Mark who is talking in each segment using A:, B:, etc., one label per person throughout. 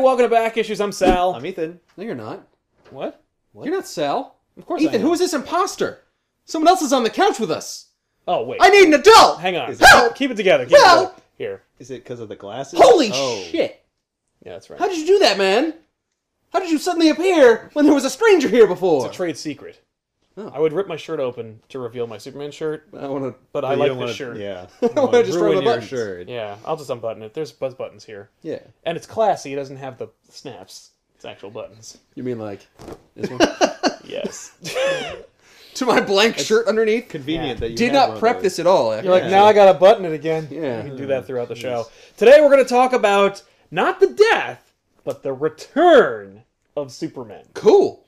A: welcome to Back Issues. I'm Sal.
B: I'm Oh, Ethan.
C: No, you're not.
A: what?
C: You're not Sal.
A: Of course I
C: Ethan,
A: am.
C: who is this imposter? Someone else is on the couch with us.
A: Oh, wait.
C: I need an adult.
A: Hang on.
B: Is it-
A: Keep- Keep it together. Keep it
C: Help!
A: together. Here.
B: Is it because of the glasses?
C: Holy
B: Oh.
C: shit!
A: Yeah, that's right.
C: How did you do that, man? How did you suddenly appear when there was a stranger here before?
A: It's a trade secret.
C: Oh.
A: I would rip my shirt open to reveal my Superman shirt,
C: I want to.
A: but
B: But
A: I
B: Oh, you
A: like
B: don't
A: this
B: wanna-
A: shirt.
B: Yeah.
C: I want to destroy
A: ruin
C: my
A: your
C: buttons.
B: shirt.
A: Yeah, I'll just unbutton it. There's buzz buttons here.
C: Yeah.
A: And it's classy. It doesn't have the snaps. It's actual buttons.
C: You mean like this one?
A: Yes.
C: to my blank shirt underneath.
B: Convenient that you
C: Did
B: have one
C: not
B: of
C: prep
B: those.
C: this at all. Actually.
A: You're like,
B: Yeah.
A: now I gotta button it again.
C: Yeah.
A: You can do that throughout the show. Today we're gonna talk about not the death, but the return of Superman.
C: cool.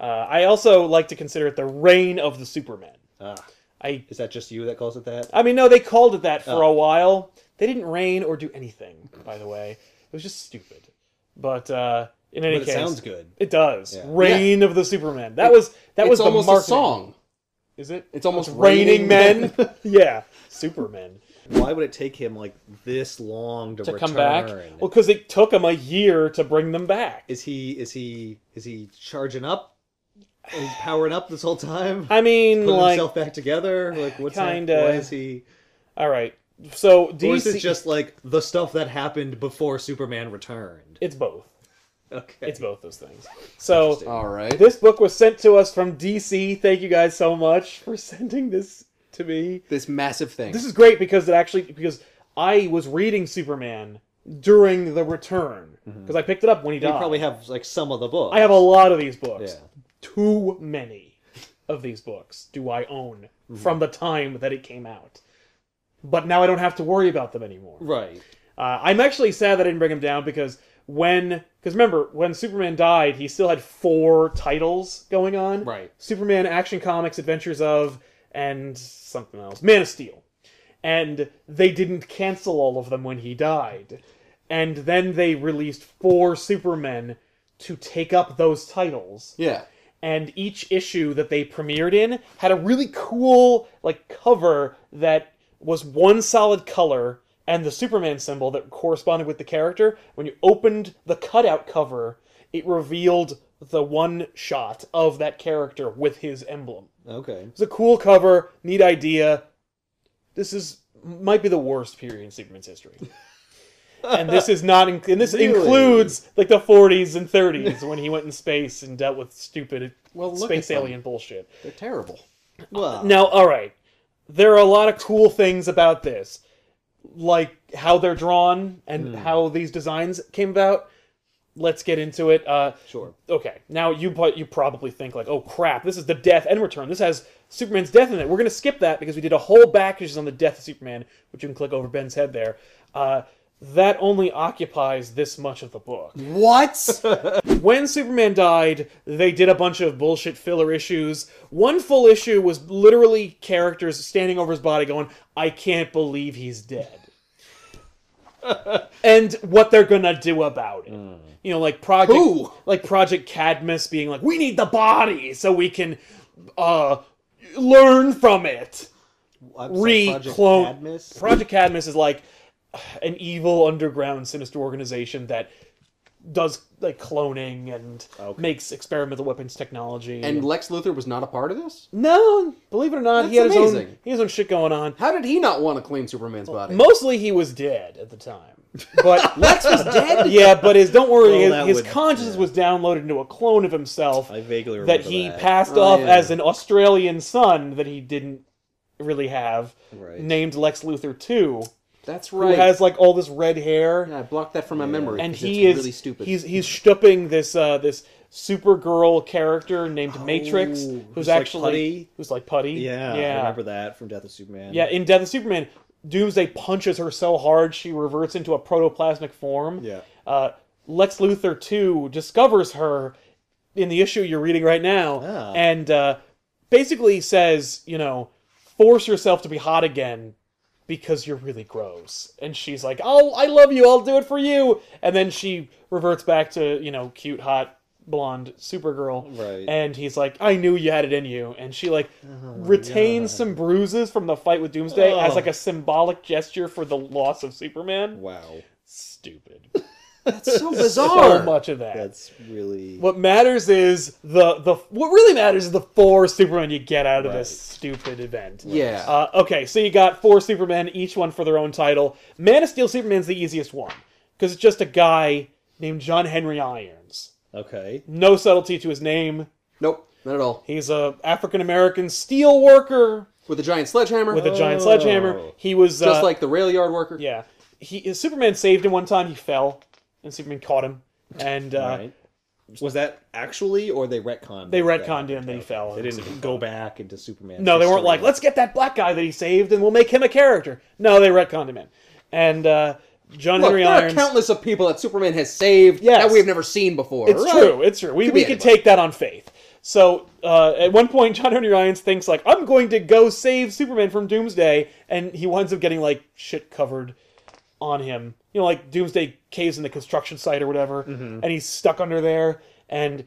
A: Uh, I also like to consider it the reign of the Superman.
B: Ah,
A: I
B: is that just you that calls it that?
A: I mean, no, they called it that for a while. They didn't reign or do anything, by the way. It was just stupid. But uh, in any
B: But it
A: case,
B: sounds good.
A: It does.
B: Yeah.
A: Reign of the Superman. That was that
C: It's
A: was the
C: almost a
A: marketing.
C: song.
A: Is it?
C: It's almost
A: Raining
C: raining
A: men. yeah, Superman
B: Why would it take him like this long to,
A: to
B: return?
A: come back. Well, because it took them a year to bring them back.
B: is he is he is he charging up? Is he powering up this whole time?
A: I mean,
B: Putting
A: like,
B: himself back together? Like what's that-
A: Kinda.
B: Why is he?
A: all right. So DC,
B: Or is it just like the stuff that happened before Superman returned?
A: it's both.
B: Okay.
A: It's both those things. So
C: All right.
A: This book was sent to us from DC. Thank you guys so much for sending this to me.
C: This massive thing.
A: This is great because it actually because I was reading Superman during the return because I picked it up when he
B: Mm-hmm. you
A: died.
B: probably have like some of the book.
A: I have a lot of these books.
B: Yeah.
A: Too many of these books do I own
B: Mm-hmm.
A: from the time that it came out. But now I don't have to worry about them anymore.
B: Right.
A: Uh, I'm actually sad that I didn't bring him down because when, because remember, when Superman died, he still had four titles going on.
C: Right.
A: Superman, Action Comics, Adventures of, and something else, Man of Steel. And they didn't cancel all of them when he died. And then they released four Supermen to take up those titles
C: yeah.
A: and each issue that they premiered in had a really cool like cover that was one solid color and the Superman symbol that corresponded with the character. When you opened the cutout cover, it revealed the one shot of that character with his emblem.
B: Okay.
A: It was a cool cover, neat idea. This is might be the worst period in Superman's history. and this is not in- and this
B: Really?
A: includes like the 40s and 30s when he went in space and dealt with stupid
C: Well, look
A: space
C: at them.
A: alien bullshit.
C: They're terrible.
B: Well,
A: Uh, Now, all right. There are a lot of cool things about this. Like how they're drawn and how these designs came about. Let's get into it. Uh,
B: sure.
A: okay now you but you probably think like oh crap this is the death and return this has superman's death in it we're going to skip that because we did a whole back issues on the death of superman which you can click over ben's head there uh, that only occupies this much of the book
C: What?
A: when Superman died, they did a bunch of bullshit filler issues. One full issue was literally characters standing over his body going, I can't believe he's dead. and what they're gonna do about it. You know, like Project
C: Who?
A: like Project Cadmus being like, We need the body so we can uh learn from it.
B: I'm sorry, Project
A: Re-clone
B: Cadmus?
A: Project Cadmus is like an evil underground sinister organization that does like cloning and
B: Okay.
A: makes experimental weapons technology.
C: and Lex Luthor was not a part of this.
A: no, believe it or not, he had
C: That's
A: his own
C: amazing.
A: he had his own shit going on.
C: How did he not want to clean Superman's body?
A: Mostly he was dead at the time. But
C: Lex was dead.
A: yeah, but his don't worry,
B: Well,
A: his,
B: that
A: his
B: would-
A: consciousness
B: yeah.
A: was downloaded into a clone of himself
B: I vaguely remember
A: that he passed
C: Oh,
A: off
C: yeah.
A: as an Australian son that he didn't really have,
B: Right.
A: named Lex Luthor too,
C: That's
A: who
C: right.
A: has like all this red hair.
C: Yeah, I blocked that from my memory.
A: and
C: 'cause
A: he
C: it's
A: is
C: really stupid.
A: He's he's shtupping this uh, this Supergirl character named Matrix,
B: Oh, who's
A: who's,
B: like
A: actually
B: Putty.
A: who's like Putty.
B: Yeah, I
A: yeah,
B: remember that from Death of Superman.
A: yeah. In Death of Superman, Doomsday punches her so hard she reverts into a protoplasmic form.
B: yeah.
A: Uh, Lex Luthor two discovers her in the issue you're reading right now,
B: Ah.
A: and uh, basically says, you know, force yourself to be hot again because you're really gross. And she's like, "I'll, I love you. I'll do it for you." And then she reverts back to you know, cute, hot, blonde Supergirl.
B: Right. Oh
A: And he's like, "I knew you had it in you." And she like retains some bruises from the fight with Doomsday as
B: Oh.
A: like a symbolic gesture for the loss of Superman.
B: Wow.
A: Stupid.
C: That's so bizarre.
A: so much of that.
B: That's really
A: What matters is the the what really matters is the four Supermen you get out of this stupid event.
C: Yeah.
A: Uh, okay, so you got four Supermen, each one for their own title. Man of Steel Superman's the easiest one because it's just a guy named John Henry Irons.
B: okay.
A: No subtlety to his name.
C: nope, not at all.
A: He's a African American steel worker
C: With a giant sledgehammer,
A: with a giant
B: Oh.
A: sledgehammer. He was
C: just
A: uh,
C: like the rail yard worker.
A: yeah. He Superman saved him one time. He fell, and Superman caught him. And uh,
B: All right. Was that actually, or they retconned?
A: They
B: it back?
A: retconned him that he fell.
B: They didn't go back into Superman.
A: No, they weren't like, let's get that black guy that he saved and we'll make him a character. No, they retconned him in. And uh, John
C: Look,
A: Henry
C: there
A: Irons.
C: are countless of people that Superman has saved
A: Yes.
C: that we've never seen before.
A: It's
C: Right.
A: true. It's true. We,
C: be
A: we could
C: anybody.
A: take that on faith. So uh, at one point, John Henry Irons thinks like, "I'm going to go save Superman from Doomsday," and he winds up getting like shit covered on him. You know, like Doomsday caves in the construction site or whatever,
C: Mm-hmm.
A: and he's stuck under there. And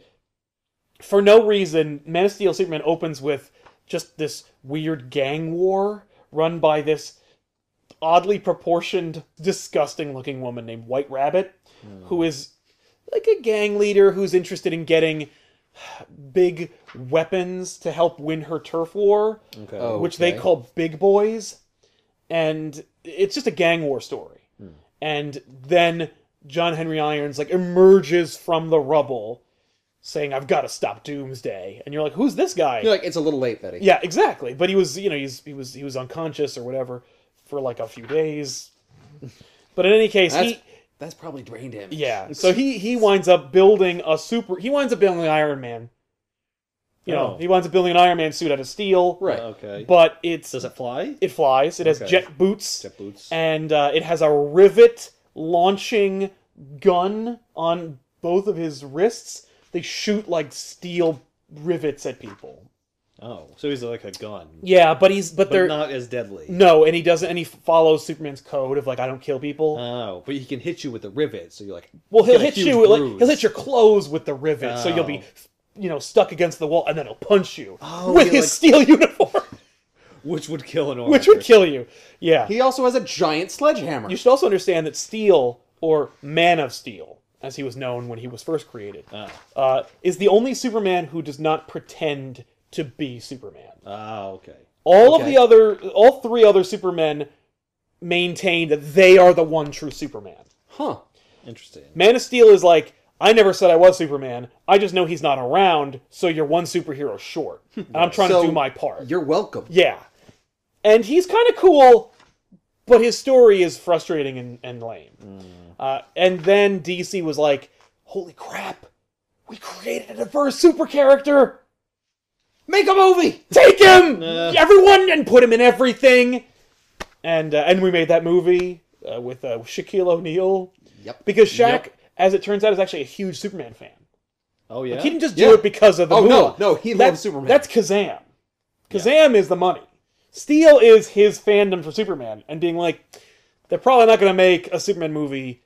A: for no reason, Man of Steel Superman opens with just this weird gang war run by this oddly proportioned, disgusting-looking woman named White Rabbit, who is like a gang leader who's interested in getting big weapons to help win her turf war,
B: Okay.
C: Oh.
A: which they
C: Okay.
A: call big boys. And it's just a gang war story. And then John Henry Irons like emerges from the rubble saying, I've gotta stop Doomsday. And you're like, Who's this guy?
C: You're like, it's a little late, Betty.
A: Yeah, exactly. But he was, you know, he's he was he was unconscious or whatever for like a few days. But in any case,
C: That's-
A: he
C: That's probably brain damage.
A: yeah. So he he winds up building a super. He winds up building an Iron Man. You know,
B: Oh.
A: he winds up building an Iron Man suit out of steel.
C: Right.
B: Okay.
A: But it's
B: Does it fly?
A: it flies. It has
B: Okay.
A: jet boots,
B: Except boots.
A: and uh, it has a rivet launching gun on both of his wrists. They shoot like steel rivets at people.
B: Oh, so he's like a gun,
A: Yeah, but he's but,
B: but
A: they're
B: not as deadly.
A: no, and he doesn't, and he follows Superman's code of like I don't kill people.
B: Oh, but he can hit you with a rivet, so you're like,
A: Well, he'll
B: get a
A: hit
B: huge
A: you. Like,
B: bruise.
A: he'll hit your clothes with the rivet, so you'll be, you know, stuck against the wall, and then he'll punch you
B: Oh,
A: with
B: yeah,
A: his
B: like-
A: steel uniform,
B: which would kill an
A: which
B: orange.
A: would kill you. Yeah.
C: He also has a giant sledgehammer.
A: you should also understand that Steel, or Man of Steel, as he was known when he was first created,
B: Ah.
A: uh, is the only Superman who does not pretend to be Superman.
B: Ah, okay.
A: All of
C: Okay.
A: the other, all three other Supermen maintain that they are the one true Superman.
C: Huh.
B: Interesting.
A: Man of Steel is like, I never said I was Superman. I just know he's not around, so you're one superhero short. And I'm trying
C: So,
A: to do my part.
C: You're welcome.
A: Yeah. And he's kind of cool, but his story is frustrating and, and lame.
C: Mm.
A: Uh, and then DC was like, holy crap, we created a diverse super character!
C: Make a movie!
A: Take him!
B: Uh.
A: Everyone! And put him in everything! And, uh, and we made that movie uh, with uh, Shaquille O'Neal.
C: Yep.
A: Because Shaq, as it turns out, is actually a huge Superman fan.
B: Oh yeah.
A: He didn't just do
C: Yeah.
A: it because of the
C: Oh, no.
A: moolah.
C: No, he
A: That-
C: loves Superman.
A: That's Kazam. Kazam is the money. Steel is his fandom for Superman and being like, they're probably not going to make a Superman movie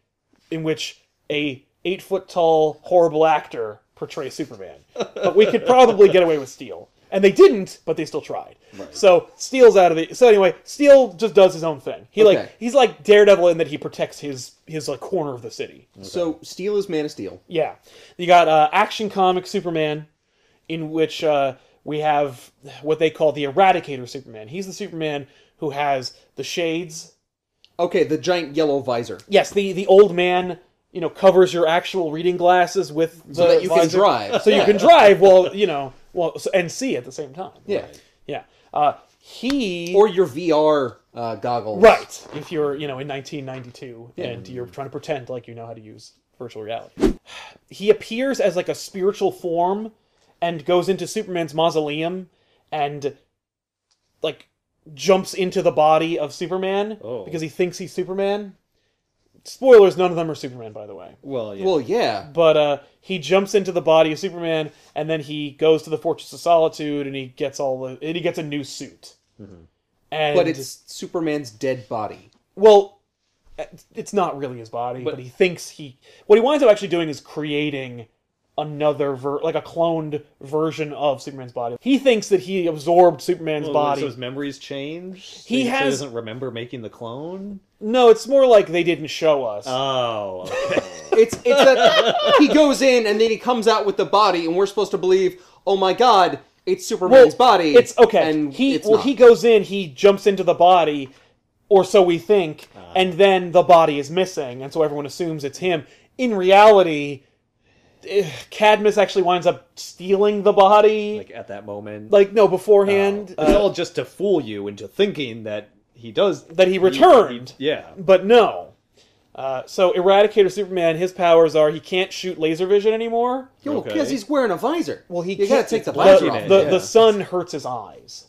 A: in which a eight foot tall horrible actor portrays Superman, but we could probably get away with Steel. And they didn't, but they still tried. So Steel's out of the. So anyway, Steel just does his own thing. He
C: Okay.
A: like he's like Daredevil in that he protects his his like corner of the city.
C: So Steel is Man of Steel.
A: Yeah, you got uh, Action Comic Superman, in which uh, we have what they call the Eradicator Superman. He's the Superman who has the shades.
C: Okay, the giant yellow visor.
A: Yes, the the old man, you know, covers your actual reading glasses with the
C: So that you
A: visor.
C: can drive.
A: So you can drive while you know, well, so- and see at the same time.
C: Yeah.
A: yeah. Uh, he
C: Or your VR uh, goggles.
A: Right. If you're, you know, in 1992 and you're trying to pretend like you know how to use virtual reality. He appears as like a spiritual form and goes into Superman's mausoleum and like jumps into the body of Superman
B: Oh.
A: because he thinks he's Superman. Spoilers, none of them are Superman by the way.
B: Well, yeah.
C: Well, yeah.
A: But uh he jumps into the body of Superman and then he goes to the Fortress of Solitude and he gets all the and he gets a new suit. And
C: But it's Superman's dead body.
A: Well, it's not really his body, but, he thinks he. What he winds up actually doing is creating another ver- like a cloned version of Superman's body. He thinks that he absorbed Superman's
B: Well,
A: body.
B: So his memories change.
A: He
B: so
A: has-
B: doesn't remember making the clone.
C: Uh,
A: No, it's more like they didn't show us.
B: Oh. okay.
C: It's it's that he goes in and then he comes out with the body, and we're supposed to believe, oh my god, it's Superman's body.
A: It's okay.
C: And
A: he
C: it's
A: well,
C: not.
A: he goes in, he jumps into the body, or so we think,
C: Uh.
A: and then the body is missing, and so everyone assumes it's him. In reality, eh, Cadmus actually winds up stealing the body. Like,
B: like at that moment.
A: no,
B: and
A: beforehand,
C: Oh.
B: it's
A: uh,
B: all just to fool you into thinking that he does
A: that he returned.
B: he- yeah.
A: But no. Uh, so Eradicator Superman, his powers are he can't shoot laser vision anymore.
C: Yo,
B: Okay.
C: because he's wearing a visor.
A: Well, he
C: you
A: can't
C: gotta take the
B: blinded
C: visor off.
A: the,
B: yeah.
A: the sun hurts his eyes.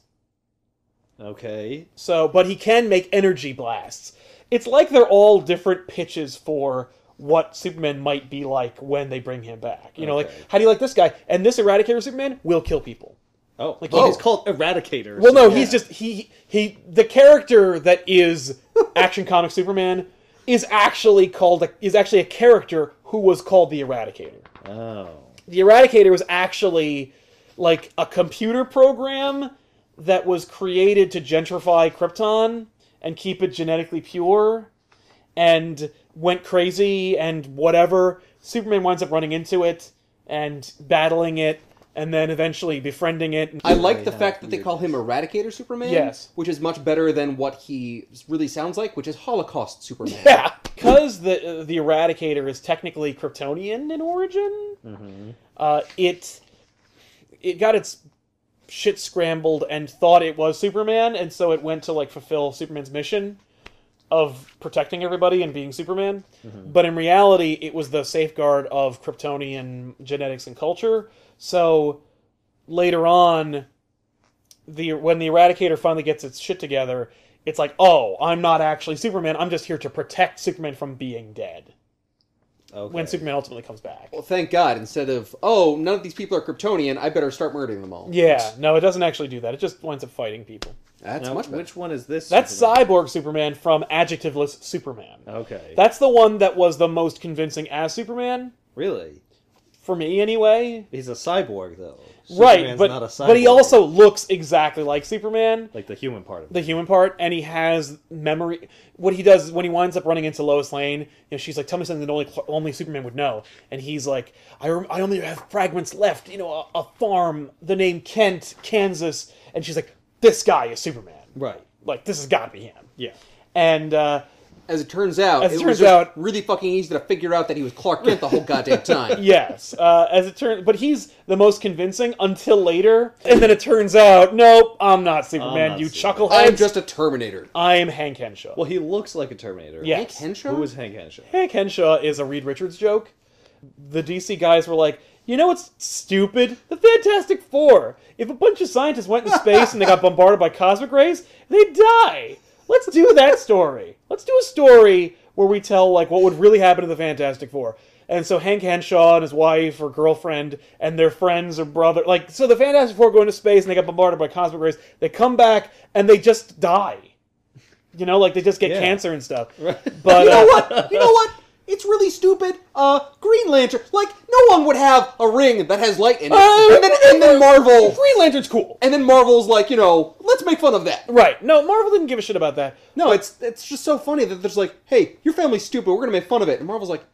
B: Okay.
A: So, but he can make energy blasts. It's like they're all different pitches for what Superman might be like when they bring him back. You know, like
B: Okay.
A: how do you like this guy? And this Eradicator Superman will kill people.
B: Oh, like
A: Oh.
B: he's called Eradicator.
A: Well, no,
B: so-
A: he's just he he the character that is Action Comic Superman is actually called a, is actually a character who was called the Eradicator.
B: Oh.
A: the Eradicator was actually like a computer program that was created to gentrify Krypton and keep it genetically pure and went crazy and whatever. Superman winds up running into it and battling it and then eventually befriending it.
C: I like the
B: Yeah,
C: fact that they
B: weird.
C: call him Eradicator Superman.
A: Yes.
C: Which is much better than what he really sounds like, which is Holocaust Superman.
A: yeah, because the the Eradicator is technically Kryptonian in origin. Uh, it it got its shit scrambled and thought it was Superman, and so it went to like fulfill Superman's mission of protecting everybody and being Superman. But in reality, it was the safeguard of Kryptonian genetics and culture. So later on, the when the Eradicator finally gets its shit together, it's like, oh, I'm not actually Superman. I'm just here to protect Superman from being dead.
B: Okay.
A: When Superman ultimately comes back.
C: Well, thank God. Instead of oh, none of these people are Kryptonian, I better start murdering them all.
A: Yeah, no, it doesn't actually do that. It just winds up fighting people.
C: That's
B: Now,
C: much better.
B: which one is this?
A: That's
B: Superman?
A: Cyborg Superman from Adjectiveless Superman.
B: Okay.
A: That's the one that was the most convincing as Superman
B: really?
A: for me, anyway.
B: He's a cyborg though.
A: right,
B: Superman's
A: but
B: not a cyborg.
A: but he also looks exactly like Superman.
B: like the human part of it.
A: the human part and he has memory what he does when he winds up running into lois lane you know, she's like tell me something that only Cla- only superman would know and he's like i, rem- I only have fragments left you know a, a farm the name kent kansas and she's like this guy is superman
B: right.
A: like this has got to be him
B: Yeah.
A: and uh
C: As it turns out,
A: As it
C: it,
A: turns
C: was just
A: out-
C: really fucking easy to figure out that he was Clark Kent the whole goddamn time.
A: yes uh as it turns but he's the most convincing until later and then it turns out nope i'm not superman
B: not
A: you
B: Superman.
A: chucklehead
C: I'm just a Terminator.
A: i'm hank henshaw
B: Well, he looks like a Terminator.
A: Yeah.
C: Hank Henshaw?
B: Who is Hank Henshaw?
A: Hank Henshaw is a Reed Richards joke. The DC guys were like, you know what's stupid? The Fantastic Four. If a bunch of scientists went in space and they got bombarded by cosmic rays, they'd die. Let's do that story. Let's do a story where we tell like what would really happen to the Fantastic Four. And so Hank Henshaw and his wife or girlfriend and their friends or brother, like, so the Fantastic Four go into space and they got bombarded by cosmic rays. They come back and they just die. You know, like they just get
B: Yeah.
A: cancer and stuff.
B: Right.
A: But
C: You know
A: uh,
C: what? You know what? It's really stupid. Uh, Green Lantern. Like, no one would have a ring that has light in it.
A: Uh,
C: and, then, and then Marvel.
A: Green Lantern's cool.
C: And then Marvel's like, you know, let's make fun of that.
A: Right. No, Marvel didn't give a shit about that.
C: No, it's it's just so funny that there's like, hey, your family's stupid. We're gonna make fun of it. And Marvel's like,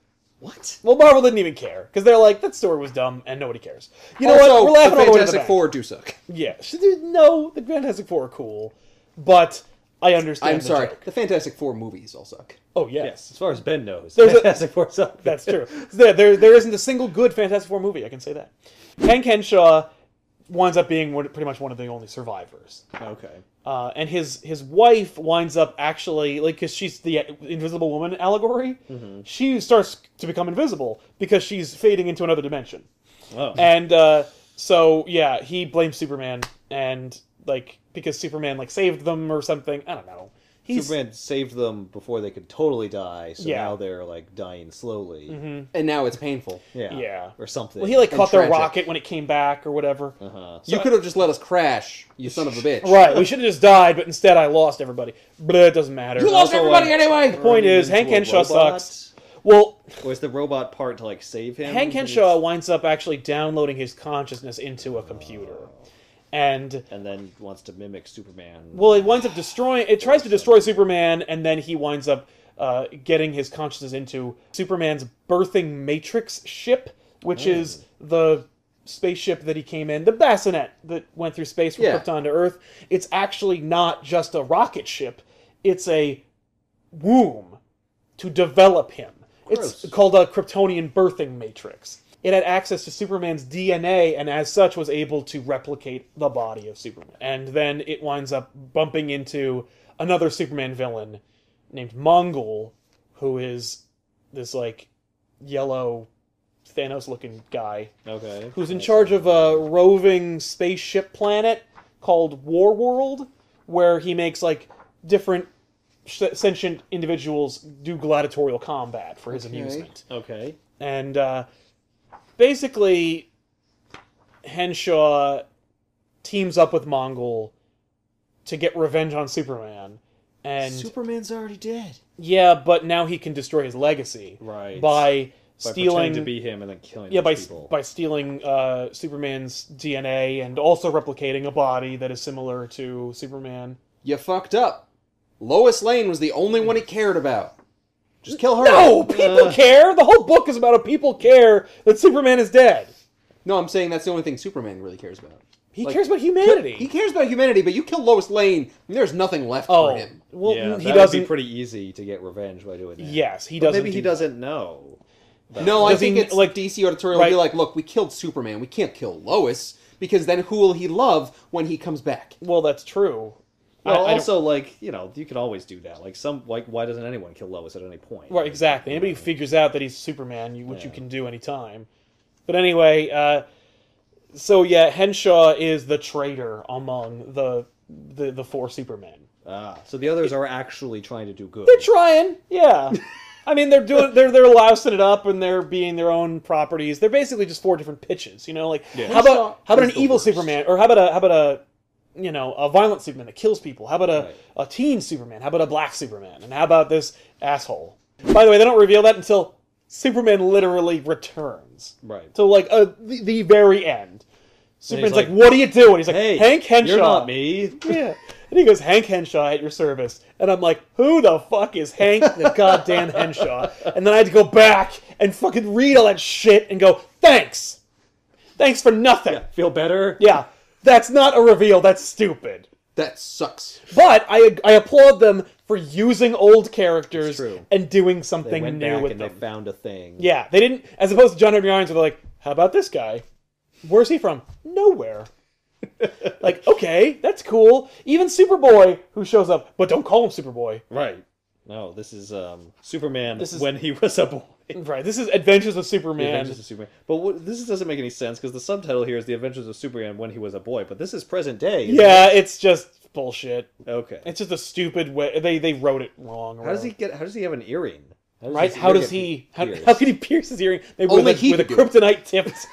C: what?
A: Well, Marvel didn't even care because they're like that story was dumb and nobody cares. You know
C: also,
A: what? We're laughing
C: the
A: all the way to the
C: Fantastic
A: bank.
C: Four do suck.
A: Yeah. She did- No, the Fantastic Four are cool, but I understand.
C: I'm
A: the
C: sorry.
A: joke.
C: The Fantastic Four movies all suck.
A: Oh
B: Yes.
A: yes,
B: As far as Ben knows,
A: There's a-
B: Fantastic Four suck.
A: that's true. There, there, there isn't a single good Fantastic Four movie. I can say that. Hank Henshaw winds up being one, pretty much one of the only survivors.
B: Okay. Oh.
A: uh, and his his wife winds up actually like because she's the invisible woman allegory
B: Mm-hmm.
A: she starts to become invisible because she's fading into another dimension
B: Oh.
A: and uh, so yeah he blames superman and like because superman like saved them or something i don't know he's
B: Superman saved them before they could totally die, so
A: Yeah. Mm-hmm.
B: now they're like dying slowly.
C: And now it's painful.
B: Yeah.
A: Yeah.
B: Or something.
A: well he like
C: and
A: caught their
C: tragic.
A: rocket when it came back or whatever
B: uh-huh.
C: you could have just let us crash, you son of a bitch.
A: right we should have just died but instead i lost everybody but it doesn't matter
C: You lost
B: Also,
C: everybody
B: uh,
C: anyway.
A: point is, Hank
B: Turned into a
A: Henshaw
B: robot?
A: sucks. well
B: Or is the robot part to like save him?
A: Hank Henshaw winds up actually downloading his consciousness into a computer. And,
B: and then wants to mimic Superman.
A: well, it winds up destroying, it tries to destroy Superman, and then he winds up uh, getting his consciousness into Superman's birthing Matrix ship, which is the spaceship that he came in, the bassinet that went through space from
C: Yeah.
A: Krypton to Earth. It's actually not just a rocket ship; it's a womb to develop him.
B: Gross.
A: It's called a Kryptonian birthing matrix. It had access to Superman's DNA and, as such, was able to replicate the body of Superman. And then it winds up bumping into another Superman villain named Mongol, who is this like yellow Thanos looking guy
B: Okay.
A: who's in charge of a roving spaceship planet called War World, where he makes like different sh- sentient individuals do gladiatorial combat for his
C: Okay.
A: amusement.
B: Okay.
A: And uh, basically, Henshaw teams up with Mongol to get revenge on Superman. And
B: Superman's already dead.
A: yeah, but now he can destroy his legacy
B: Right.
A: by
B: By
A: stealing
B: pretending to be him and then killing
A: yeah, by
B: those people.
A: by stealing uh, Superman's DNA and also replicating a body that is similar to Superman.
C: You fucked up. Lois Lane was the only one he cared about. Just kill her.
A: No, Oh, people
B: Uh.
A: care. The whole book is about a people care that Superman is dead.
C: No, I'm saying that's the only thing Superman really cares about.
A: He
C: Like,
A: cares about humanity.
C: He cares about humanity, but you kill Lois Lane, and there's nothing left
A: oh,
C: for him.
A: well,
B: yeah,
A: he
B: that
A: doesn't.
B: would be pretty easy to get revenge by doing that.
A: yes, he
B: But
A: doesn't.
B: maybe he
A: do-
B: doesn't know.
C: No, I
A: Does he
C: think
A: kn-
C: it's
A: like-
C: like DC editorial will be
A: Right.
C: like, look, we killed Superman. We can't kill Lois because then who will he love when he comes back?
A: Well, that's true. I- I
B: Well,
A: don't-
B: also, like you know, you can always do that. Like some, like why doesn't anyone kill Lois at any point?
A: Right, exactly. Anybody who figures out that he's Superman, you, which you can do anytime. But anyway, uh, so yeah, Henshaw is the traitor among the the, the four Supermen.
B: Ah, so the others are actually trying to do good.
A: They're trying, yeah. I mean, they're doing they're they're lousing it up and they're being their own properties. They're basically just four different pitches, you know. Like
B: Yeah.
A: how about how about an
C: Is the
A: evil
C: worst.
A: Superman, or how about a how about a you know a violent Superman that kills people? How about a
B: Right.
A: a teen Superman? How about a black Superman? And how about this asshole? By the way, they don't reveal that until Superman literally returns.
B: Right.
A: So like uh, the, the very end, Superman's like,
B: like,
A: "What do you do?" And he's like,
B: hey,
A: "Hank Henshaw."
B: You're not me.
A: Yeah. And he goes, Hank Henshaw at your service. And I'm like, who the fuck is Hank the goddamn Henshaw? And then I had to go back and fucking read all that shit and go, thanks. Thanks for nothing. Yeah.
B: Feel better.
A: That's not a reveal. That's stupid.
C: That sucks.
A: But I, I applaud them for using old characters
B: It's true.
A: and doing
B: They
A: something
B: went
A: new
B: back
A: with
B: and
A: them.
B: they found a thing.
A: Yeah, they didn't. As opposed to John Henry Irons, where they're like, "How about this guy? Where's he from? Nowhere." like, okay, that's cool. Even Superboy, who shows up, but don't call him Superboy.
B: Right. No, this is um, Superman
A: This is-
B: when he was a boy.
A: Right. This is Adventures of
B: The
A: Superman.
B: Adventures of Superman. But what, this doesn't make any sense because the subtitle here is The Adventures of Superman when he was a boy. But this is present day. isn't
A: yeah, it's just bullshit.
B: it? Okay.
A: It's just a stupid way. They they wrote it wrong. or
B: How does he
A: whatever.
B: get? How does he have an earring?
A: Right?
B: his
A: How
B: ear
A: does
B: get
A: he? How,
B: pierced?
A: how can he pierce his earring? They with
C: Only
A: a,
C: he
A: with a
C: could do
A: kryptonite
C: it.
A: tipped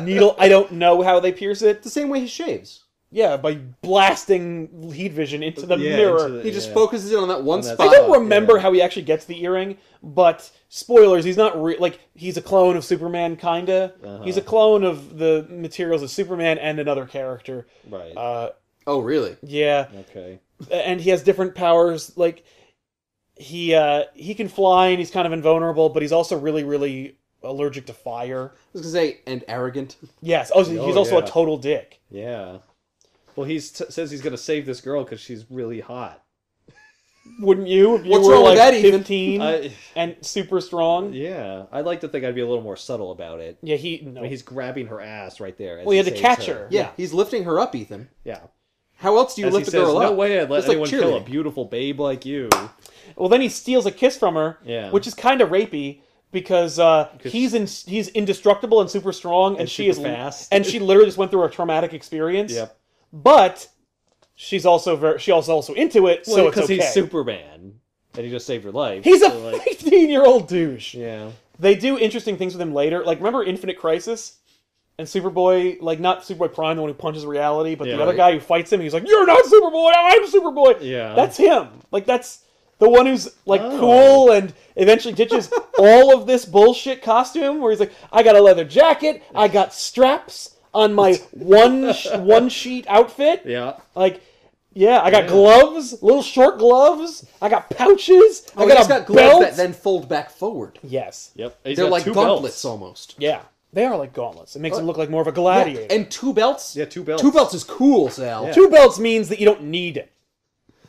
A: needle. I don't know how they pierce it.
C: The same way he shaves.
A: Yeah, by blasting heat vision into the
B: Yeah,
A: mirror.
B: into the-
C: He just
B: Yeah.
C: focuses in on that one
B: And that's-
A: I
C: spot.
A: don't remember
B: yeah.
A: how he actually gets the earring, but spoilers, he's not re- like he's a clone of Superman kinda.
B: Uh-huh.
A: He's a clone of the materials of Superman and another character.
B: Right.
A: Uh
C: Oh, really?
A: yeah,
B: okay.
A: and he has different powers like he uh he can fly and he's kind of invulnerable, but he's also really really allergic to fire.
C: I was gonna say, and arrogant.
A: Yes. Oh, he's
B: Oh,
A: also
B: yeah.
A: a total dick.
B: Yeah. Well, he t- says he's gonna save this girl because she's really hot.
A: Wouldn't you? If you
C: What's
A: were
C: wrong
A: like
C: with that, Ethan?
A: 15
B: I,
A: and super strong.
B: yeah, I'd like to think I'd be a little more subtle about it.
A: Yeah, he no.
B: I mean, he's grabbing her ass right there. as
A: Well, he had to
B: saves
A: catch her.
C: Yeah, he's lifting her up, Ethan.
B: Yeah.
C: How else do you
B: As he
C: lift a
B: says,
C: girl up?
B: no way I'd let
C: It's like
B: anyone kill a
C: cheerleading.
B: beautiful babe like you.
A: Well, then he steals a kiss from her,
B: Yeah.
A: which is kind of rapey because uh,
B: 'Cause-
A: he's in, he's indestructible and super strong, and,
B: And
A: she is
B: super fast.
A: and she literally just went through a traumatic experience.
B: Yep.
A: But she's also very she also also into it, so
B: Well,
A: it's okay.
B: he's Superman, and he just saved her life.
A: He's a
B: so, like,
A: fifteen year old douche.
B: yeah.
A: They do interesting things with him later. Like remember Infinite Crisis. And Superboy, like not Superboy Prime, the one who punches reality, but
B: Yeah.
A: the other guy who fights him, he's like, "You're not Superboy, I'm Superboy."
B: Yeah.
A: That's him. Like that's the one who's like
B: Oh.
A: cool and eventually ditches all of this bullshit costume where he's like, I got a leather jacket, I got straps on my one sh- one sheet outfit.
B: yeah.
A: Like Yeah, I got gloves, little short gloves. I got pouches.
C: Oh,
A: I got
C: he's
A: a
C: got gloves
A: belt.
C: that then fold back forward.
A: yes.
B: Yep. He's
C: They're
B: got
C: like
B: two
C: gauntlets
B: belts.
C: almost.
A: Yeah. They are like gauntlets. It makes him
C: What?
A: look like more of a
C: Yeah,
A: gladiator.
C: And two belts?
B: Yeah, two belts.
C: Two belts is cool, Sal.
B: Yeah.
A: Two belts means that you don't need it.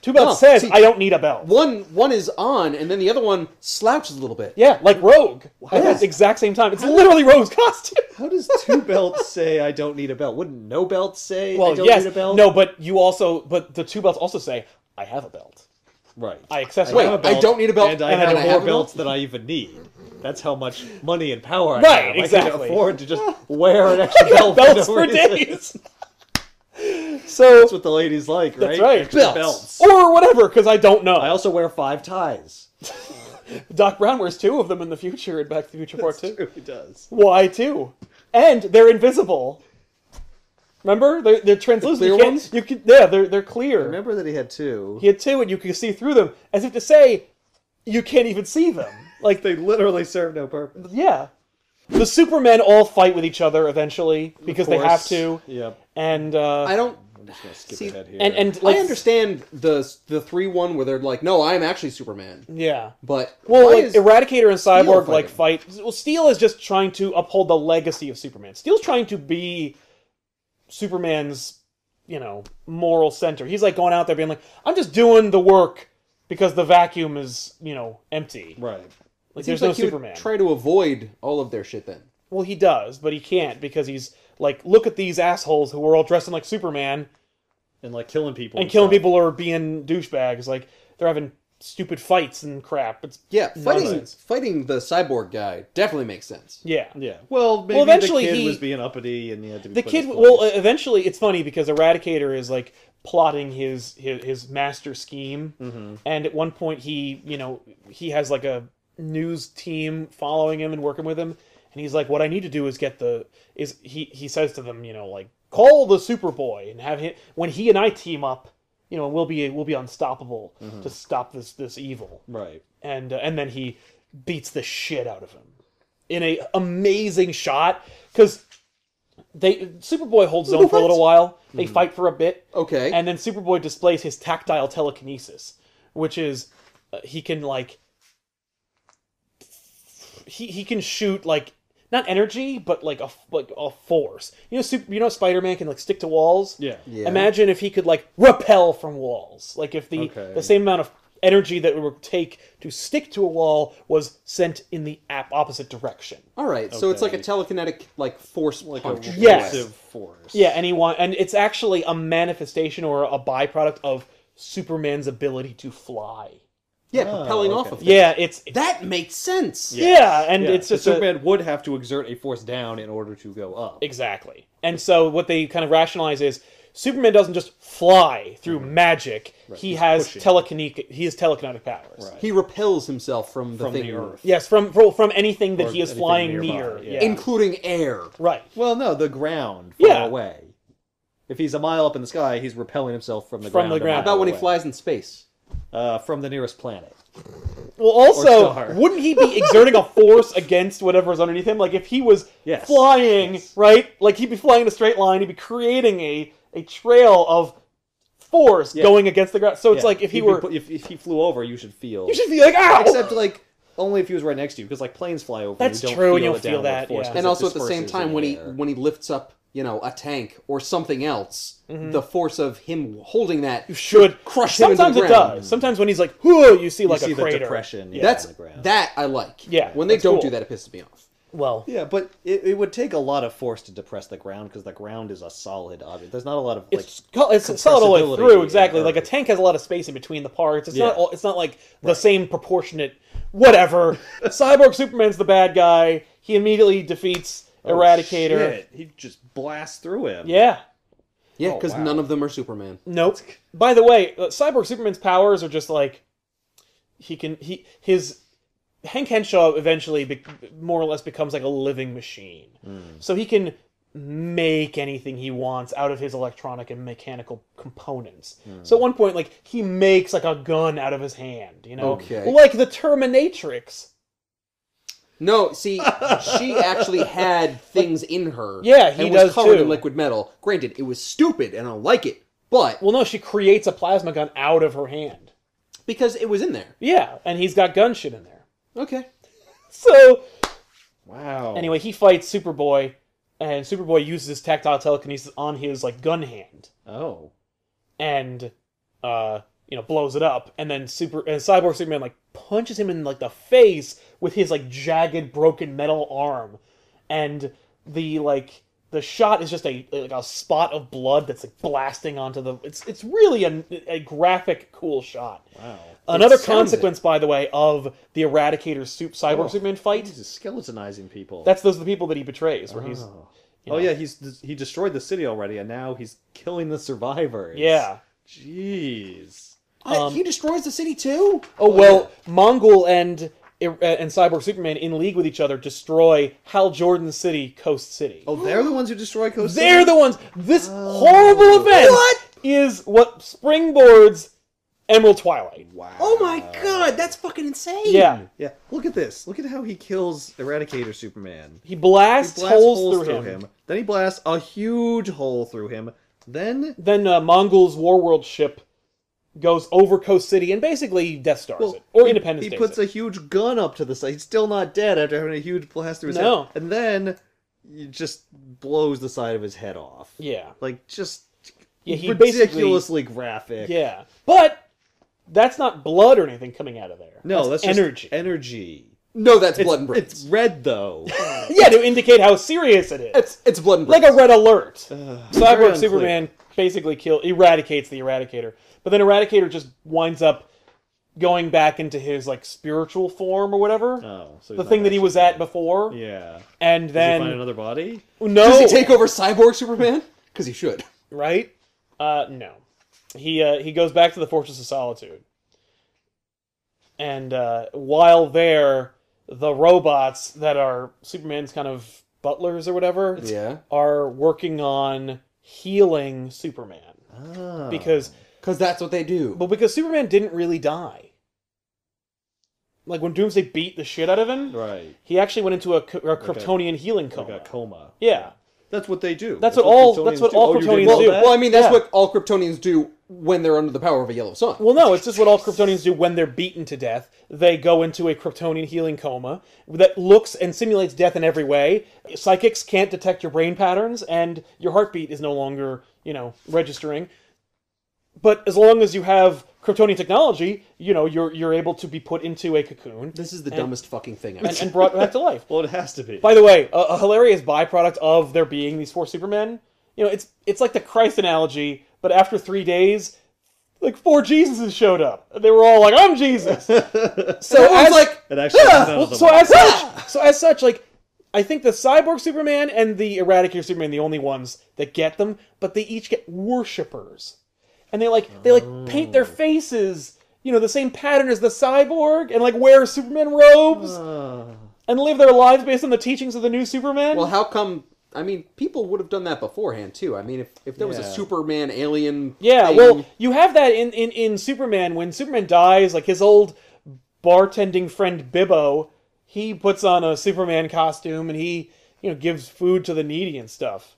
A: Two belts
C: Huh,
A: says
C: see-
A: I don't need a belt.
C: One one is on, and then the other one slouches a little bit.
A: Yeah, like Rogue. At
C: Yeah.
A: the exact same time. It's literally Rogue's costume.
B: How does two belts say I don't need a belt? Wouldn't no belt say I
A: Well,
B: don't
A: yes.
B: need a belt?
A: No, but you also but the two belts also say I have a belt.
B: Right.
A: I accessorize.
C: Wait,
B: have a
C: I don't need a belt,
B: And I
A: and I
B: have
A: don't
B: more
A: have a
B: belts than I even need. That's how much money and power I
A: Right,
B: have. I can
A: exactly.
B: afford to just wear an extra belt for
A: belts
B: no
A: for
B: reason.
A: days. so
B: That's what the ladies like, right?
A: That's right.
B: Extra
C: Belts.
B: belts. Oh.
A: or whatever, because I don't know.
B: I also wear five ties.
A: Doc Brown wears two of them in the future in Back to the Future Part Two.
B: True, he does.
A: Why two? And they're invisible. Remember, they're, they're translucent.
C: clear
A: you can't-
C: ones?
A: You can, yeah, they're they're clear.
B: Remember that he had two.
A: He had two, and you could see through them, as if to say, you can't even see them. Like
B: They literally serve no purpose.
A: yeah, the Supermen all fight with each other eventually because they have
B: Force.
A: to,
B: Yep.
A: and uh,
C: I don't.
B: I'm just gonna skip
C: See,
B: ahead here.
A: and and like
C: I understand the the three one where they're like, no, I am actually Superman,
A: yeah.
C: but
A: Well,
C: why
A: like,
C: is-
A: Eradicator and Cyborg
C: fighting?
A: like fight. Well, Steel is just trying to uphold the legacy of Superman. Steel's trying to be Superman's, you know, moral center. He's like going out there being like, "I'm just doing the work because the vacuum is, you know, empty.
B: right.
A: Like
C: seems
A: there's
C: like
A: no
C: he would
A: Superman."
C: try to avoid all of their shit then.
A: well, he does, but he can't because he's like, "Look at these assholes who are all dressing like Superman
B: And like killing people.
A: and killing
B: stuff.
A: people or being douchebags. Like they're having stupid fights and crap." It's
C: Yeah, fighting
A: Nonsense.
C: fighting the cyborg guy definitely makes sense.
A: yeah.
B: Yeah. Well, maybe
A: eventually
B: the kid
A: he-
B: was being uppity and he had to be
A: the
B: put
A: kid
B: in his
A: well uh,
B: place.
A: eventually it's funny because eradicator is like plotting his his, his master scheme
B: Mm-hmm.
A: and at one point he you know he has like a news team following him and working with him and he's like what i need to do is get the is he he says to them you know like call the superboy and have him when he and i team up you know we'll be we'll be unstoppable
B: Mm-hmm.
A: to stop this this evil
B: right.
A: and uh, and then he beats the shit out of him in a amazing shot because they Superboy holds zone for a little while. They fight for a bit,
C: Okay,
A: and then Superboy displays his tactile telekinesis, which is uh, he can like he he can shoot like not energy but like a f- like a force. You know, super, you know, Spider Man can like stick to walls.
B: Yeah.
C: Yeah.
A: Imagine if he could like repel from walls. Like if the
B: Okay.
A: the same amount of energy that it would take to stick to a wall was sent in the app opposite direction.
C: all right. So it's like a
B: Okay.
C: telekinetic like force
B: Like
C: punch.
B: a
A: Yes.
B: repulsive force.
A: Yeah, and he want, and it's actually a manifestation or a byproduct of Superman's ability to fly.
C: yeah,
B: Oh,
C: propelling
B: okay.
C: off of it.
A: Yeah, it's, it's-
C: that makes sense.
A: yeah, and
B: Yeah,
A: it's
B: so
A: just a-
B: Superman would have to exert a force down in order to go up.
A: exactly. And so what they kind of rationalize is Superman doesn't just fly through magic. He has
B: Mm-hmm. pushing.
A: telekinetic. He has telekinetic powers.
B: Right.
C: He repels himself from the
B: From
C: thing,
B: the Earth.
A: Yes, from from, from anything that
B: Or
A: he is
B: anything
A: flying
B: nearby,
A: near.
B: yeah.
C: including air.
A: Right.
B: Well, no, the ground far
A: Yeah.
B: away. If he's a mile up in the sky, he's repelling himself from the
A: From
B: ground.
A: the
B: a
A: ground.
B: mile
A: How
C: About when he
B: away.
C: flies in space.
B: uh, from the nearest planet.
A: Well,
B: star.
A: also, wouldn't he be exerting a force against whatever's underneath him? Like if he was
B: Yes.
A: flying, right? Like he'd be flying in a straight line. He'd be creating a a trail of force going against the ground. So it's
B: Yeah.
A: like if he
B: He'd be
A: were,
B: pu- if, if he flew over, you should feel.
A: you should be like, ow!
B: Except like only if he was right next to you, because like planes fly over.
A: That's
B: you don't
A: true,
B: feel
A: and you'll
B: the
A: feel
B: downward
A: that,
B: force
A: yeah.
B: 'cause
C: and
B: it
C: also at the same
B: disperses in
C: time
B: the
C: when he
B: air.
C: when he lifts up you know a tank or something else
A: Mm-hmm.
C: the force of him holding that
A: should
C: crush him into
A: Sometimes
C: the
A: it
C: ground.
A: does. Sometimes when he's like, whoa, you see like
B: see
A: a
B: the
A: crater.
B: depression. Yeah,
C: that's
B: on the ground.
C: that i like
A: Yeah,
C: when they
A: that's
C: don't
A: cool.
C: do that it pisses me off
A: Well,
B: Yeah, but it, it would take a lot of force to depress the ground because the ground is a solid object. There's not a lot of like
A: it's co- it's solid all the way through
B: compressibility
A: exactly
B: or-
A: like a tank has a lot of space in between the parts it's
B: Yeah.
A: not all, it's not like the same proportionate whatever cyborg superman's the bad guy he immediately defeats eradicator
B: Oh, Shit, he just blasts through him.
A: yeah
C: yeah
B: Oh,
C: because
B: wow.
C: none of them are superman
A: nope by the way uh, cyborg superman's powers are just like he can he his hank henshaw eventually be, more or less becomes like a living machine so he can make anything he wants out of his electronic and mechanical components. So at one point, like he makes like a gun out of his hand, you know,
C: Okay.
A: like the Terminatrix.
C: no see she actually had things in her
A: Yeah, he
C: and was
A: does
C: covered
A: too.
C: in liquid metal granted it was stupid and i don't like it But
A: Well, no, she creates a plasma gun out of her hand.
C: because it was in there.
A: Yeah, and he's got gun shit in there.
C: Okay.
A: So
B: Wow.
A: anyway, he fights Superboy, and Superboy uses his tactile telekinesis on his like gun hand.
B: Oh.
A: and uh you know blows it up and then super and cyborg superman like punches him in like the face with his like jagged broken metal arm and the like the shot is just a like a spot of blood that's like blasting onto the it's it's really a, a graphic cool shot
B: Wow.
A: another
B: It sounds
A: consequence by the way of the eradicator soup cyborg
B: Oh.
A: superman
B: like
A: fight
B: He's just skeletonizing people.
A: that's those are the people that he betrays where
B: oh.
A: he's you
B: Oh,
A: know.
B: yeah, he's he destroyed the city already, and now he's killing the survivors.
A: yeah
B: Jeez.
A: Um,
C: he destroys the city too.
A: Oh well, Mongol and uh, and Cyborg Superman in league with each other destroy Hal Jordan's city, Coast City.
B: Oh, they're the ones who destroy Coast.
A: They're
B: City?
A: the ones. This
B: Oh.
A: horrible event
C: What?
A: is what springboards Emerald Twilight.
B: Wow.
C: Oh my god, that's fucking insane.
A: Yeah,
B: Yeah. Look at this. Look at how he kills Eradicator Superman.
A: he blasts,
B: He blasts
A: holes, through, him.
B: Then he blasts a huge hole through him. Then
A: Then uh, Mongol's Warworld ship goes over Coast City and basically Death Stars
B: well,
A: it or
B: he-
A: Independence
B: He
A: Days
B: puts
A: it.
B: a huge gun up to the side. He's still not dead after having a huge blast through his
A: No.
B: head. And then he just blows the side of his head off.
A: yeah
B: Like just
A: yeah he basically
B: ridiculously graphic.
A: yeah but that's not blood or anything coming out of there
B: No, that's, just
A: energy
B: energy.
C: No, that's blood and brains.
B: It's red though.
A: yeah, to indicate how serious it is.
C: It's it's blood and
A: like
C: brains.
A: a red alert.
B: very unclear.
A: Cyborg Superman basically kill eradicates the Eradicator, but then Eradicator just winds up going back into his like spiritual form or whatever,
B: oh, so
A: the thing that he was at before,
B: Yeah.
A: and
B: Then find
A: then
B: another body.
A: no,
C: Does he take over Cyborg Superman? Because he should.
A: right? Uh, no, he uh, he goes back to the Fortress of Solitude, and uh, while there, the robots that are Superman's kind of butlers or whatever,
C: Yeah.
A: are working on healing Superman
B: Ah.
A: because
C: Because that's what they do.
A: well because Superman didn't really die. Like when Doomsday beat the shit out of him,
B: right,
A: he actually went into a, k- a
B: a-
A: Kryptonian healing
B: like
A: coma.
B: a coma.
A: yeah,
B: That's what they do. Oh,
A: That's what all- that's what all
B: you didn't
A: Kryptonians
B: know
C: well,
A: do.
B: that?
C: well, I mean, that's
A: Yeah.
C: what all Kryptonians do when they're under the power of a yellow sun.
A: Well, no, it's just what all Kryptonians do when they're beaten to death. They go into a Kryptonian healing coma that looks and simulates death in every way. Psychics can't detect your brain patterns, and your heartbeat is no longer, you know, registering. But as long as you have Kryptonian technology, you know, you're you're able to be put into a cocoon
C: this is the dumbest fucking thing I've
A: and, and brought back to life.
B: Well, it has to be.
A: By the way, a, a hilarious byproduct of there being these four Supermen, you know, it's it's like the Christ analogy, but after three days, like four Jesuses showed up. They were all like, "I'm Jesus." so
C: So
A: as
C: it's like,
B: it actually comes out of
A: well,
B: the
A: so
B: wall.
A: as such, so as such, like I think the Cyborg Superman and the Eradicator Superman, are the only ones that get them, but they each get worshippers, and they like they like paint their faces. You know the same pattern as the cyborg, and like wear Superman robes,
B: Ah.
A: and live their lives based on the teachings of the new Superman.
C: well, how come? I mean, people would have done that beforehand too. I mean, if, if there was a
B: Yeah.
C: Superman alien,
A: Yeah,
C: thing-
A: well, you have that in, in, in Superman. When Superman dies, like his old bartending friend Bibbo, he puts on a Superman costume and he, you know, gives food to the needy and stuff.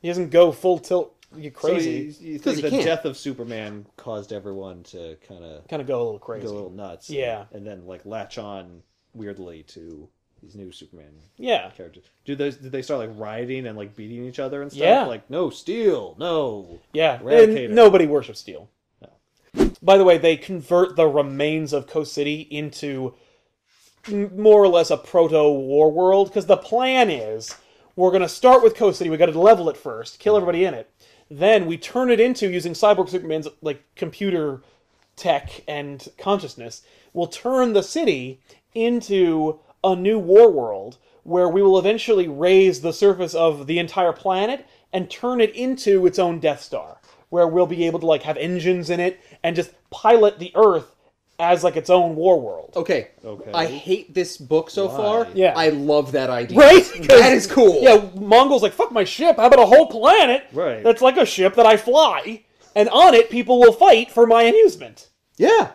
A: He doesn't go full tilt, you crazy.
B: So you, you
C: 'Cause
B: think
C: he
B: the
C: can't.
B: death of Superman caused everyone to kind of
A: kind of go a little crazy.
B: go a little nuts.
A: Yeah.
B: And, then like latch on weirdly to these new Superman
A: yeah.
B: characters. Do those? Did they start like rioting and like beating each other and stuff?
A: Yeah.
B: Like no steal, no.
A: Yeah.
B: Eradicator.
A: And nobody worships steel. By the way, they convert the remains of Coast City into m- more or less a proto war world because the plan is we're going to start with Coast City. We got to level it first, kill everybody in it. Then we turn it into using Cyborg Superman's like computer tech and consciousness. We'll turn the city into a new war world where we will eventually raise the surface of the entire planet and turn it into its own Death Star, where we'll be able to like have engines in it and just pilot the Earth as like its own war world.
C: okay.
B: Okay.
C: I hate this book so
B: Why?
C: far.
A: Yeah.
C: I love that idea.
A: Right?
C: That is cool.
A: Yeah, Mongols like fuck my ship. How about a whole planet
B: Right.
A: that's like a ship that I fly, and on it people will fight for my amusement.
C: Yeah.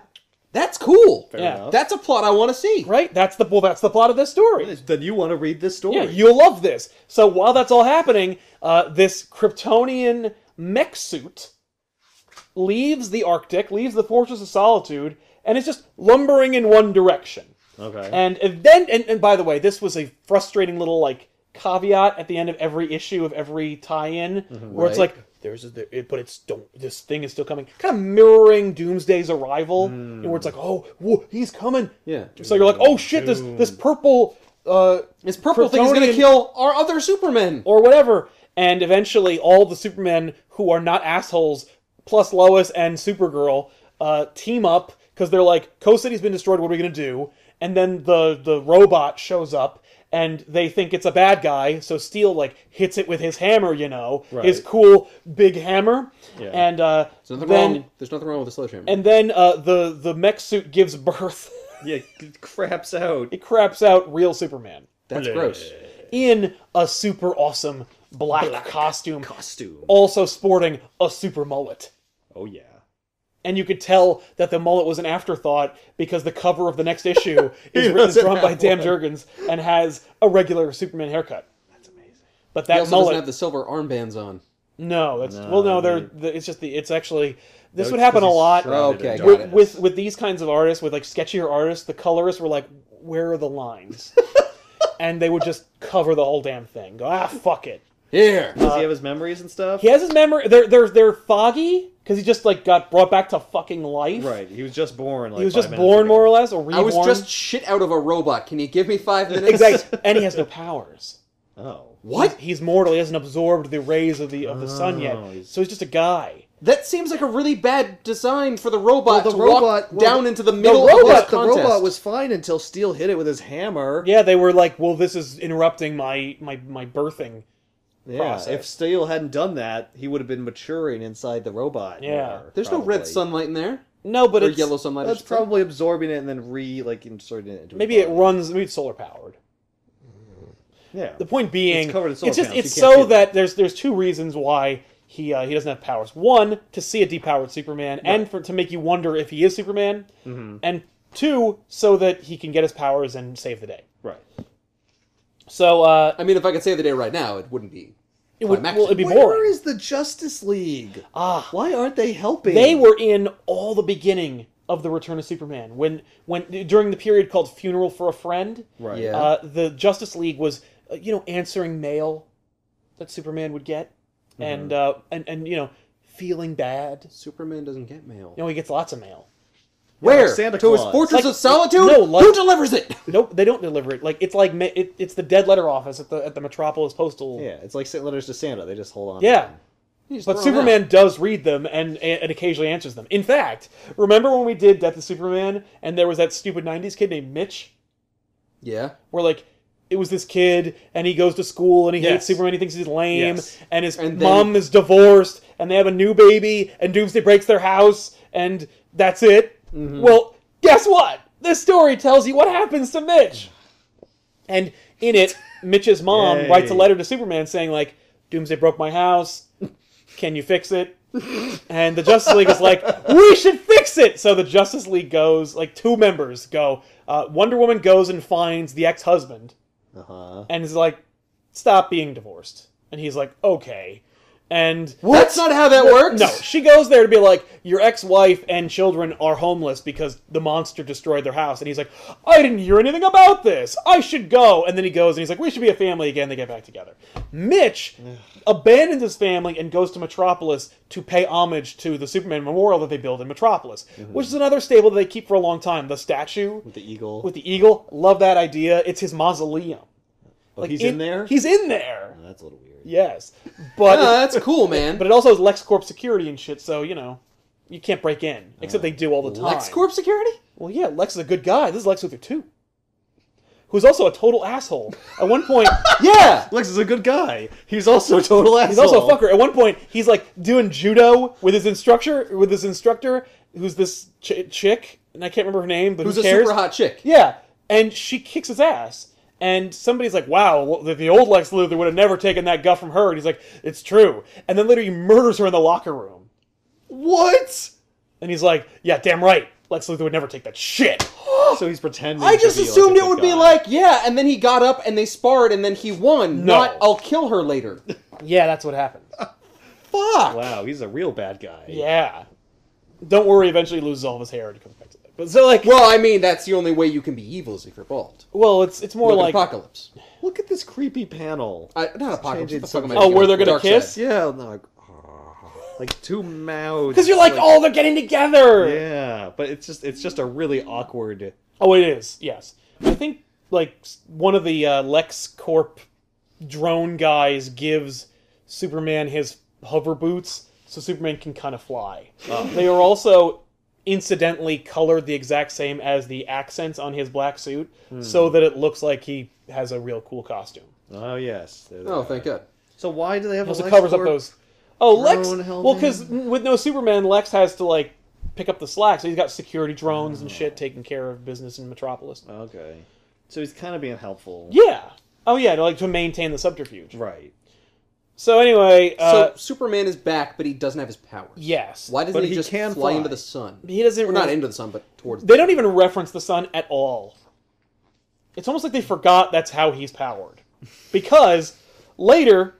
C: That's cool.
B: Fair
A: Yeah.
B: enough.
C: That's a plot I want to see.
A: Right? That's the well, that's the plot of this story.
B: Then you want to read this story?
A: Yeah, you'll love this. So while that's all happening, uh, this Kryptonian mech suit leaves the Arctic, leaves the Fortress of Solitude, and is just lumbering in one direction.
B: Okay.
A: And event, and, and by the way, this was a frustrating little like caveat at the end of every issue of every tie-in, where it's
C: Right.
A: like there's a, there, it, but it's don't this thing is still coming, kind of mirroring Doomsday's arrival, and where it's like oh whoa, he's coming,
C: Hmm. Yeah.
A: So you're like oh shit, this this purple uh
C: This purple thing is going to
A: Kryptonian-
C: kill our other Superman.
A: or whatever, and eventually all the Supermen who are not assholes, plus Lois and Supergirl, uh, team up because they're like, "Coast City's been destroyed. What are we gonna do?" And then the the robot shows up, and they think it's a bad guy. So Steel like hits it with his hammer, you know, his
B: Right.
A: cool big hammer,
B: Yeah.
A: and uh,
C: There's nothing
A: then
C: wrong. There's nothing wrong with the sledgehammer.
A: and then uh, the the mech suit gives birth.
B: yeah, c- craps out.
A: it craps out real Superman
C: That's gross.
A: in a super awesome black, costume
B: Costume.
A: also sporting a super mullet.
B: Oh yeah.
A: And you could tell that the mullet was an afterthought because the cover of the next issue is, written, is
C: doesn't
A: drawn by
C: have
A: Dan
C: one.
A: Jurgens and has a regular Superman haircut.
B: That's amazing.
A: But
C: He
A: that
C: also
A: mullet,
C: doesn't have the silver armbands on.
A: no, that's
B: No,
A: well, no, they're,
B: they-
A: the- it's just the it's actually this
B: No,
A: would
B: it's 'cause
A: happen a
B: he's
A: lot
B: shrouded
C: Okay,
B: in
C: got
A: with,
C: it.
A: with with these kinds of artists with like sketchier artists. The colorists were like, where are the lines? and they would just cover the whole damn thing. Go ah, fuck it.
C: Here.
B: Does he have his memories and stuff?
A: uh, He has his memory. They're they're they're foggy because he just like got brought back to fucking life.
B: Right. He was just born. Like,
A: he was
B: five
A: just
B: minutes
A: born
B: ago.
A: more or less, or reborn.
C: I was just shit out of a robot. Can you give me five minutes?
A: exactly, and he has no powers.
B: Oh.
C: What?
A: He's mortal. He hasn't absorbed the rays of the of the sun yet,
B: Oh, he's-
A: so he's just a guy.
C: That seems like a really bad design for the robot
B: Well, the
C: to walk
B: robot- well,
C: down
B: the-
C: into the
B: The
C: middle of this
B: robot, the
C: contest.
B: robot was fine until Steel hit it with his hammer.
A: Yeah, they were like, "Well, this is interrupting my my my birthing."
B: Yeah,
A: process.
B: if Steel hadn't done that, he would have been maturing inside the robot.
A: Yeah.
B: more,
C: There's no red
B: probably.
C: sunlight in there.
A: No, but
C: or
A: it's
C: yellow sunlight. I
B: That's
C: should say.
B: probably absorbing it and then re like inserting it into. his
A: maybe it
B: body.
A: runs. Maybe it's solar powered.
B: Yeah.
A: The point being,
B: It's
A: it's,
B: covered in solar
A: just
B: panels,
A: it's
B: you can't
A: so
B: feel it.
A: that there's there's two reasons why he uh, he doesn't have powers. One, to see a depowered Superman, and for to make you wonder if he is Superman,
B: Mm-hmm.
A: and two, so that he can get his powers and save the day.
B: Right.
A: So uh,
C: I mean, if I could save the day right now, it wouldn't be.
A: it would
C: Climactic.
A: well, it'd be
B: Where
A: boring.
B: is the Justice League?
A: Ah.
B: Why aren't they helping?
A: They were in all the beginning of the Return of Superman when when during the period called Funeral for a Friend.
B: Right.
C: Yeah.
A: Uh, the Justice League was uh, you know answering mail that Superman would get,
B: Mm-hmm.
A: and uh, and and you know feeling bad.
C: Superman doesn't get mail.
A: You know he gets lots of mail.
C: Where?
B: like Santa
C: to his
B: Claus.
C: fortress
A: Like,
C: of solitude?
A: no, like-
C: Who delivers it?
A: Nope, they don't deliver it. Like it's like ma- it, it's the dead letter office at the at the Metropolis Postal.
B: Yeah. It's like sent letters to Santa. They just hold on. to
A: Yeah.
B: them.
C: You just
A: But
C: throw 'em
A: Superman
C: out.
A: does read them and and occasionally answers them. In fact, remember when we did Death of Superman and there was that stupid '90s kid named Mitch?
C: Yeah.
A: where like it was this kid and he goes to school and he hates
B: Yes.
A: Superman, he thinks he's lame,
B: Yes.
A: and his
C: And then-
A: mom is divorced, and they have a new baby, and Doomsday breaks their house, and that's it.
C: Mm-hmm.
A: Well, guess what? This story tells you what happens to Mitch. And in it, Mitch's mom
B: Yay.
A: writes a letter to Superman saying, like, Doomsday broke my house. Can you fix it? And the Justice League is like, we should fix it. So the Justice League goes, like two members go. Uh, Wonder Woman goes and finds the ex-husband
B: Uh-huh.
A: and is like, stop being divorced. And he's like, okay. And
C: That's not how that works.
A: no, she goes there to be like, your ex-wife and children are homeless because the monster destroyed their house. And he's like, I didn't hear anything about this. I should go. And then he goes and he's like, we should be a family again. They get back together. Mitch abandons his family and goes to Metropolis to pay homage to the Superman memorial that they build in Metropolis,
B: Mm-hmm.
A: which is another stable that they keep for a long time. The statue
B: With the eagle.
A: with the eagle, love that idea. It's his mausoleum.
B: oh, he's in, there.
A: He's in there.
B: Oh, that's a little weird.
A: Yes,
C: Yeah,
A: but
C: that's cool, man.
A: but it also has LexCorp security and shit, so you know you can't break in. Except they do all the time.
C: Uh, LexCorp security?
A: Well, yeah, Lex is a good guy. This is Lex Luthor too, who's also a total asshole. At one point,
C: Yeah.
B: Lex is a good guy. He's also a total asshole.
A: he's also a fucker. At one point, he's like doing judo with his instructor, with his instructor, who's this ch- chick, and I can't remember her name, but
C: Who's
A: who
C: a
A: cares?
C: super hot chick?
A: Yeah, and she kicks his ass. And somebody's like, "Wow, well, the, the old Lex Luthor would have never taken that guff from her." And he's like, "It's true." And then later he murders her in the locker room.
B: What?
A: And he's like, "Yeah, damn right, Lex Luthor would never take that shit."
B: So he's pretending.
C: I
B: to
C: just
B: be, like, a
C: assumed it
B: good
C: would be
B: guy.
C: like, yeah, and then he got up and they sparred and then he won.
A: No.
C: Not, I'll kill her later.
A: Yeah, that's what happened.
C: fuck?
B: Wow, he's a real bad guy.
A: Yeah. Don't worry, eventually he loses all of his hair and he comes back to life. But so like
C: Well, I mean, that's the only way you can be evil is if you're bald.
A: well, it's it's more
C: Look at
A: like
C: apocalypse.
B: Look at this creepy panel.
C: I, not apocalypse.
B: changing
C: What the fuck am I
A: Oh,
C: thinking
A: where
C: of?
A: they're gonna
C: Dark
A: kiss?
C: Side.
B: Yeah, no, like, oh, like two mouths.
A: Because you're like, oh, they're getting together.
B: Yeah, but it's just it's just a really awkward.
A: Oh, it is. Yes, I think like s- one of the uh, LexCorp drone guys gives Superman his hover boots, so Superman can kind of fly. They are also incidentally colored the exact same as the accents on his black suit, so that it looks like he has a real cool costume.
B: Oh yes. there they
C: Oh,
B: are.
C: thank God.
B: So why do they have
A: It also
B: a
A: covers up
B: LexCorp?
A: those. Oh, Lex.
B: drone helmet?
A: Well, because with no Superman, Lex has to like pick up the slack, so he's got security drones and shit taking care of business in Metropolis.
B: Okay, so he's kind of being helpful.
A: Yeah. Oh yeah, to, like to maintain the subterfuge.
B: Right.
A: So anyway, uh,
C: so Superman is back, but he doesn't have his powers.
A: yes,
C: Why doesn't
B: But
C: he,
B: he
C: just
B: can fly.
C: fly, into the sun?
A: he doesn't.
C: Or not
A: really-
C: into the sun, but towards.
A: they don't even reference the sun at all. It's almost like they forgot that's how he's powered, because later,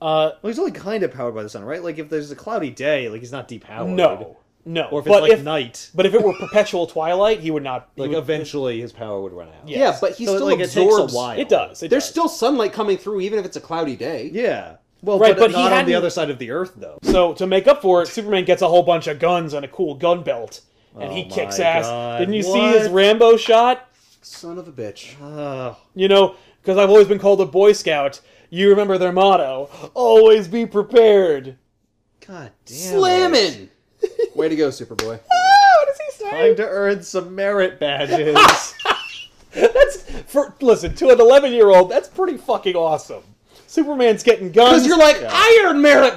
A: uh,
B: Well, he's only kind of powered by the sun, right? Like if there's a cloudy day, like he's not depowered.
A: no, no.
B: Or if it's
A: but
B: like
A: if
B: night,
A: but if it were perpetual twilight, he would not. he
B: like
A: would-
B: eventually his power would run out.
A: Yeah.
C: Yeah, but he
B: So,
C: still
B: like, it takes a
C: absorbs.
B: while.
A: it does. It
C: There's
A: does.
C: still sunlight coming through, even if it's a cloudy day.
B: Yeah. Well,
A: Right, but
B: but,
A: he
B: not on
A: hadn't-
B: the other side of the earth, though.
A: So to make up for it, Superman gets a whole bunch of guns and a cool gun belt, and
B: Oh
A: he
B: my
A: kicks ass.
B: God.
A: Didn't you see his
B: What?
A: Rambo shot?
C: Son of a bitch.
B: Oh,
A: You know, because I've always been called a Boy Scout. You remember their motto: always be prepared.
B: God damn. it.
C: Slamming. Way to go, Superboy.
A: Oh, what does he
B: Time to earn some merit badges.
A: That's for listen to an eleven-year-old. That's pretty fucking awesome. Superman's getting guns.
C: Because you're like iron merit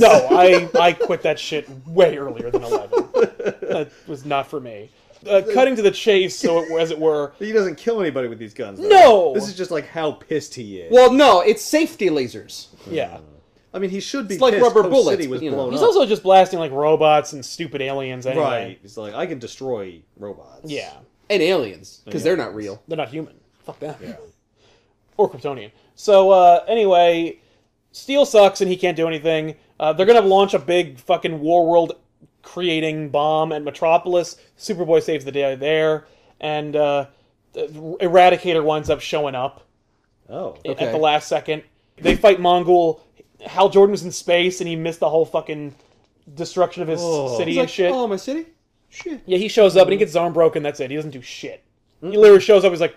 A: no, I I quit that shit way earlier than eleven. that was not for me. Uh, cutting to the chase, so it, as it were.
B: he doesn't kill anybody with these guns. Though.
A: No!
B: This is just like how pissed he is.
C: Well, no, it's safety lasers.
A: Yeah.
B: I mean, he should be
C: It's like
B: pissed
C: rubber
B: Coast
C: bullets,
B: City was
C: but, you know,
B: blown
A: He's
B: up.
A: also just blasting like robots and stupid aliens anyway.
B: right. He's like, I can destroy robots.
A: Yeah.
C: And aliens, because they're not
B: Aliens.
C: real.
A: They're not human. Fuck them.
B: Yeah.
A: or Kryptonian. So uh, anyway, Steel sucks and he can't do anything. Uh, they're gonna launch a big fucking war world creating bomb at Metropolis. Superboy saves the day there, and uh, Eradicator winds up showing up
B: Oh.
A: at
C: Okay.
A: the last second. They fight Mongol. Hal Jordan was in space and he missed the whole fucking destruction of his
B: Oh.
A: city
C: He's
A: and
C: like,
A: shit.
C: Oh, my city? Shit.
A: Yeah, he shows up and he gets his arm broken. That's it. He doesn't do shit. He literally shows up. He's like,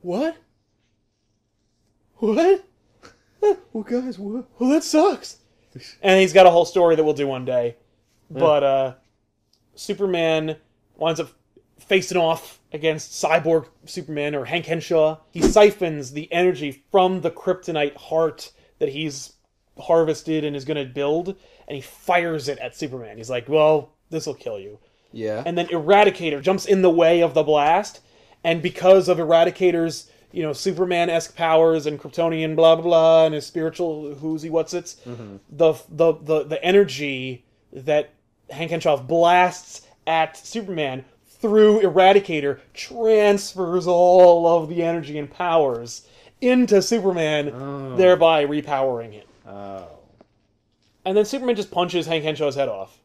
A: "What? What?
B: Well, guys, what?
A: Well, that sucks." And he's got a whole story that we'll do one day. But uh, Superman winds up facing off against Cyborg Superman or Hank Henshaw. He siphons the energy from the kryptonite heart that he's harvested and is going to build, and he fires it at Superman. He's like, "Well, this will kill you."
C: Yeah.
A: and then Eradicator jumps in the way of the blast, and because of Eradicator's you know Superman esque powers and Kryptonian blah blah blah and his spiritual who's he what's it's the, the the the energy that Hank Henshaw blasts at Superman through Eradicator transfers all of the energy and powers into Superman, thereby repowering him.
B: Oh.
A: And then Superman just punches Hank Henshaw's head off.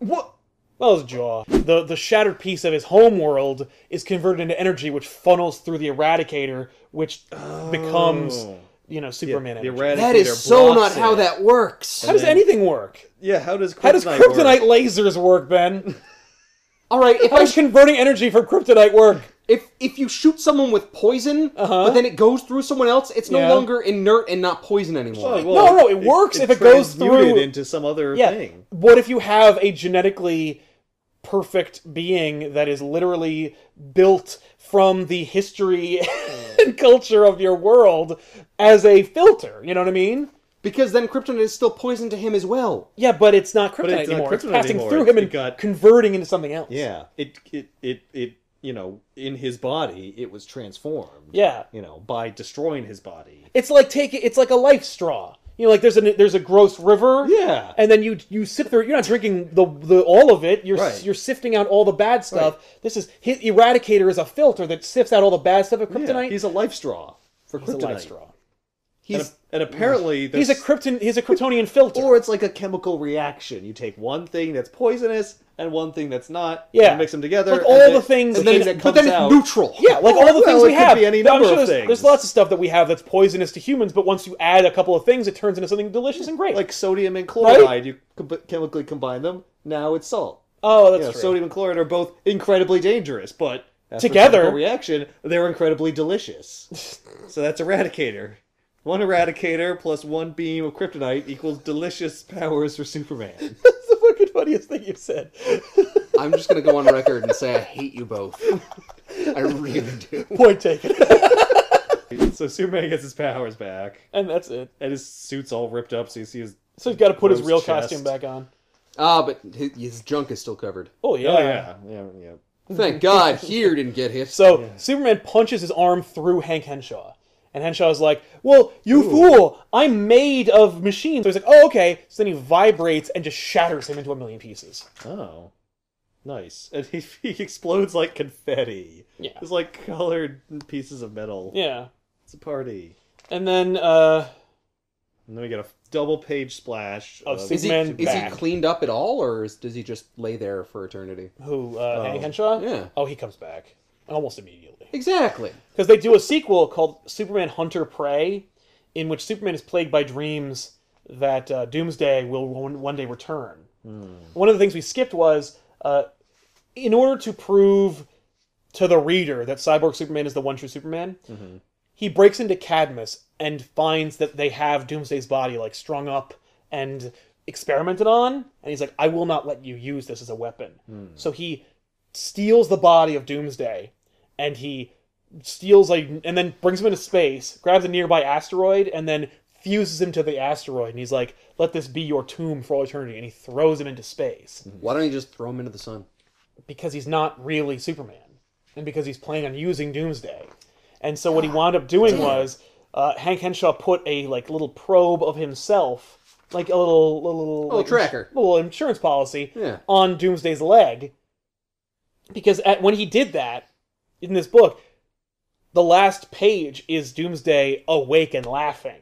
B: What?
A: Well, his jaw. The the shattered piece of his homeworld is converted into energy, which funnels through the Eradicator, which becomes you know Superman.
B: Oh. the
A: energy.
B: eradicator
C: That is so not
B: blocks
C: how
B: it.
C: that works.
A: How does anything work?
B: Yeah, how does kryptonite
A: How does
B: work?
A: kryptonite lasers work, Ben?
C: All right, if
A: How
C: I
A: does converting energy from kryptonite work?
C: if if you shoot someone with poison,
A: Uh-huh.
C: but then it goes through someone else, it's
A: Yeah.
C: no longer inert and not poison anymore.
B: Oh, well,
A: No, no, it works if it goes
B: transmuted
A: through-
B: into some other
A: Yeah.
B: thing.
A: What if you have a genetically perfect being that is literally built from the history and culture of your world as a filter? You know what I mean?
C: Because then kryptonite is still poison to him as well.
A: Yeah, but it's not kryptonite
B: it's not
A: anymore. it's
B: kryptonite
A: passing
B: anymore.
A: through
B: It's
A: him and
B: got-
A: converting into something else.
B: Yeah, it it it it you know in his body it was transformed.
A: Yeah.
B: you know by destroying his body.
A: It's like taking it's like a life straw. You know, like there's a there's a gross river.
B: Yeah.
A: And then you you sip through. it. You're not drinking the the all of it. You're
B: Right.
A: you're sifting out all the bad stuff. This is his Eradicator is a filter that sifts out all the bad stuff of
B: Yeah,
A: kryptonite.
B: he's a life straw for
A: He's a
B: kryptonite.
A: life straw.
B: And,
C: He's
B: and apparently there's,
A: He's a Krypton. He's a Kryptonian filter.
B: or it's like a chemical reaction. You take one thing that's poisonous and one thing that's not.
A: Yeah.
B: and mix them together.
A: Like
B: and
A: all
B: then-
A: the things-
B: the thing
A: and-
B: that
C: but
B: comes
C: then it's
B: out.
C: neutral.
A: Yeah, like all the
B: Well,
A: things
B: it
A: we
B: could
A: have.
B: be any
A: No, I'm
B: number
A: sure
B: of
A: there's,
B: things.
A: there's lots of stuff that we have that's poisonous to humans, but once you add a couple of things, it turns into something delicious and great.
B: like sodium and chloride. You com- chemically combine them. Now it's salt.
A: oh, that's
B: You know,
A: true.
B: sodium and chloride are both incredibly dangerous, but after
A: Together-
B: chemical reaction, they're incredibly delicious. so that's Eradicator. One Eradicator plus one beam of kryptonite equals delicious powers for Superman.
A: that's the fucking funniest thing you've said.
C: I'm just gonna go on record and say I hate you both. I really do.
A: Point taken.
B: so Superman gets his powers back,
A: and that's it.
B: and his suit's all ripped up. So you see his
A: So he's got to put his
B: Gross
A: real
B: chest.
A: costume back on.
C: Ah, but his, his junk is still covered.
A: Oh yeah.
B: oh yeah, yeah, yeah.
C: Thank God here didn't get hit.
A: So Superman punches his arm through Hank Henshaw. And Henshaw's like, Well, you fool, I'm made of machines. So he's like, Oh, okay. So then he vibrates and just shatters him into a million pieces.
B: Oh, nice. And he, he explodes like confetti.
A: Yeah.
B: it's like colored pieces of metal.
A: Yeah.
B: It's a party.
A: And then uh
B: And then we get a double page splash
A: Of
B: of
A: Superman
C: is he
A: man
C: is he
A: back.
C: cleaned up at all, or is, does he just lay there for eternity?
A: who uh Hank Henshaw?
C: yeah.
A: Oh, he comes back. Almost immediately.
C: Exactly.
A: Because they do a sequel called Superman Hunter Prey, in which Superman is plagued by dreams that uh, Doomsday will one, one day return. One of the things we skipped was uh, in order to prove to the reader that Cyborg Superman is the one true Superman, he breaks into Cadmus and finds that they have Doomsday's body like strung up and experimented on, and he's like, "I will not let you use this as a weapon." So he steals the body of Doomsday and he steals like and then brings him into space, grabs a nearby asteroid, and then fuses him to the asteroid. And he's like, "Let this be your tomb for all eternity." And he throws him into space
C: Why don't you just throw him into the sun?
A: because he's not really Superman, and because he's planning on using Doomsday. And so what he wound up doing was uh, Hank Henshaw put a like little probe of himself, like a little little, like,
C: tracker.
A: ins- little insurance policy
C: Yeah.
A: on Doomsday's leg, because at, when he did that in this book, the last page is Doomsday awake and laughing,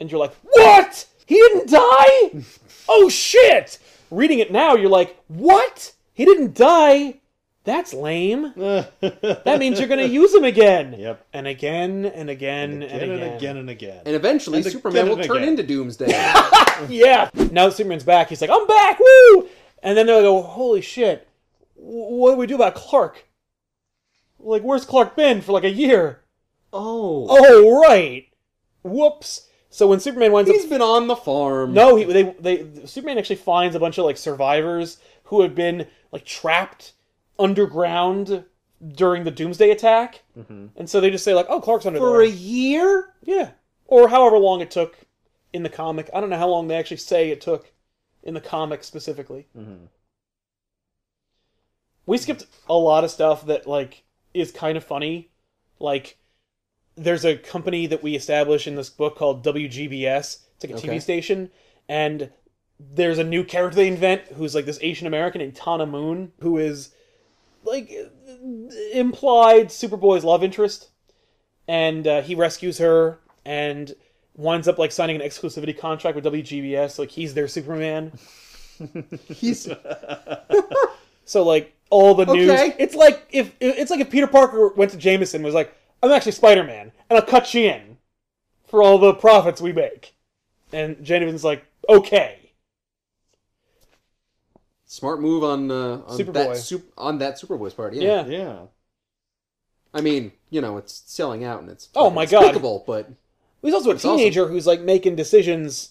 A: and you're like, what? He didn't die? oh shit! Reading it now, you're like, what? He didn't die? That's lame. That means you're gonna use him again.
B: Yep.
A: And again and again and
B: again
A: again.
B: and again and again.
C: And eventually,
B: And
C: Superman
B: again
C: will
B: and
C: turn
B: again.
C: into Doomsday.
A: Yeah. Now that Superman's back, he's like, I'm back, woo! And then they'll go, holy shit, wh- what do we do about Clark? Like, where's Clark been for like a year?
B: oh,
A: Oh, right. Whoops. So when Superman winds up
C: He's been on the farm.
A: No, he, they they Superman actually finds a bunch of like survivors who had been like trapped underground during the Doomsday attack, and so they just say like, "Oh, Clark's under
C: for
A: there."
C: a year.
A: yeah, or however long it took in the comic. I don't know how long they actually say it took in the comic specifically. We skipped a lot of stuff that like is kind of funny, like. There's a company that we establish in this book called WGBS. It's like a
C: Okay.
A: TV station, and there's a new character they invent who's like this Asian American named Tana Moon, who is like implied Superboy's love interest, and uh, he rescues her and winds up like signing an exclusivity contract with WGBS. Like he's their Superman.
C: He's
A: So like all the news,
C: Okay.
A: it's like if it's like if Peter Parker went to Jameson and was like, "I'm actually Spider Man, and I'll cut you in for all the profits we make," and Jameson's like, "Okay."
C: smart move on uh, on
A: Superboy.
C: that sup- on that Superboy's part.
A: Yeah.
C: Yeah.
B: yeah.
C: I mean, you know, it's selling out and it's
A: Oh my God.
C: unspeakable, but
A: He's also a
C: awesome.
A: teenager who's like making decisions.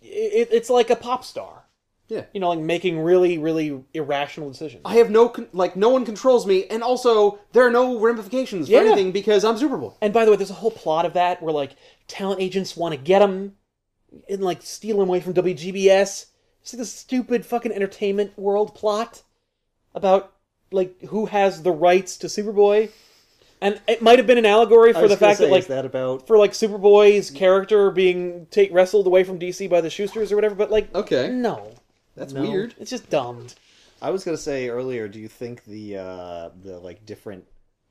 A: It, it's like a pop star,
C: yeah.
A: you know, like making really, really irrational decisions.
C: I have no con- like no one controls me, and also there are no ramifications for
A: Yeah.
C: anything because I'm Superboy.
A: and by the way, there's a whole plot of that where like talent agents want to get him and like steal him away from WGBS. It's like this stupid fucking entertainment world plot about like who has the rights to Superboy, and it might have been an allegory
B: I
A: for
B: was
A: the
B: gonna
A: fact
B: say,
A: that like
B: is that about
A: for like Superboy's character being take wrestled away from DC by the Shoosters or whatever. But like,
C: Okay.
A: no,
C: That's
B: No.
C: weird.
A: it's just dumb.
B: I was gonna say earlier. Do you think the uh the like different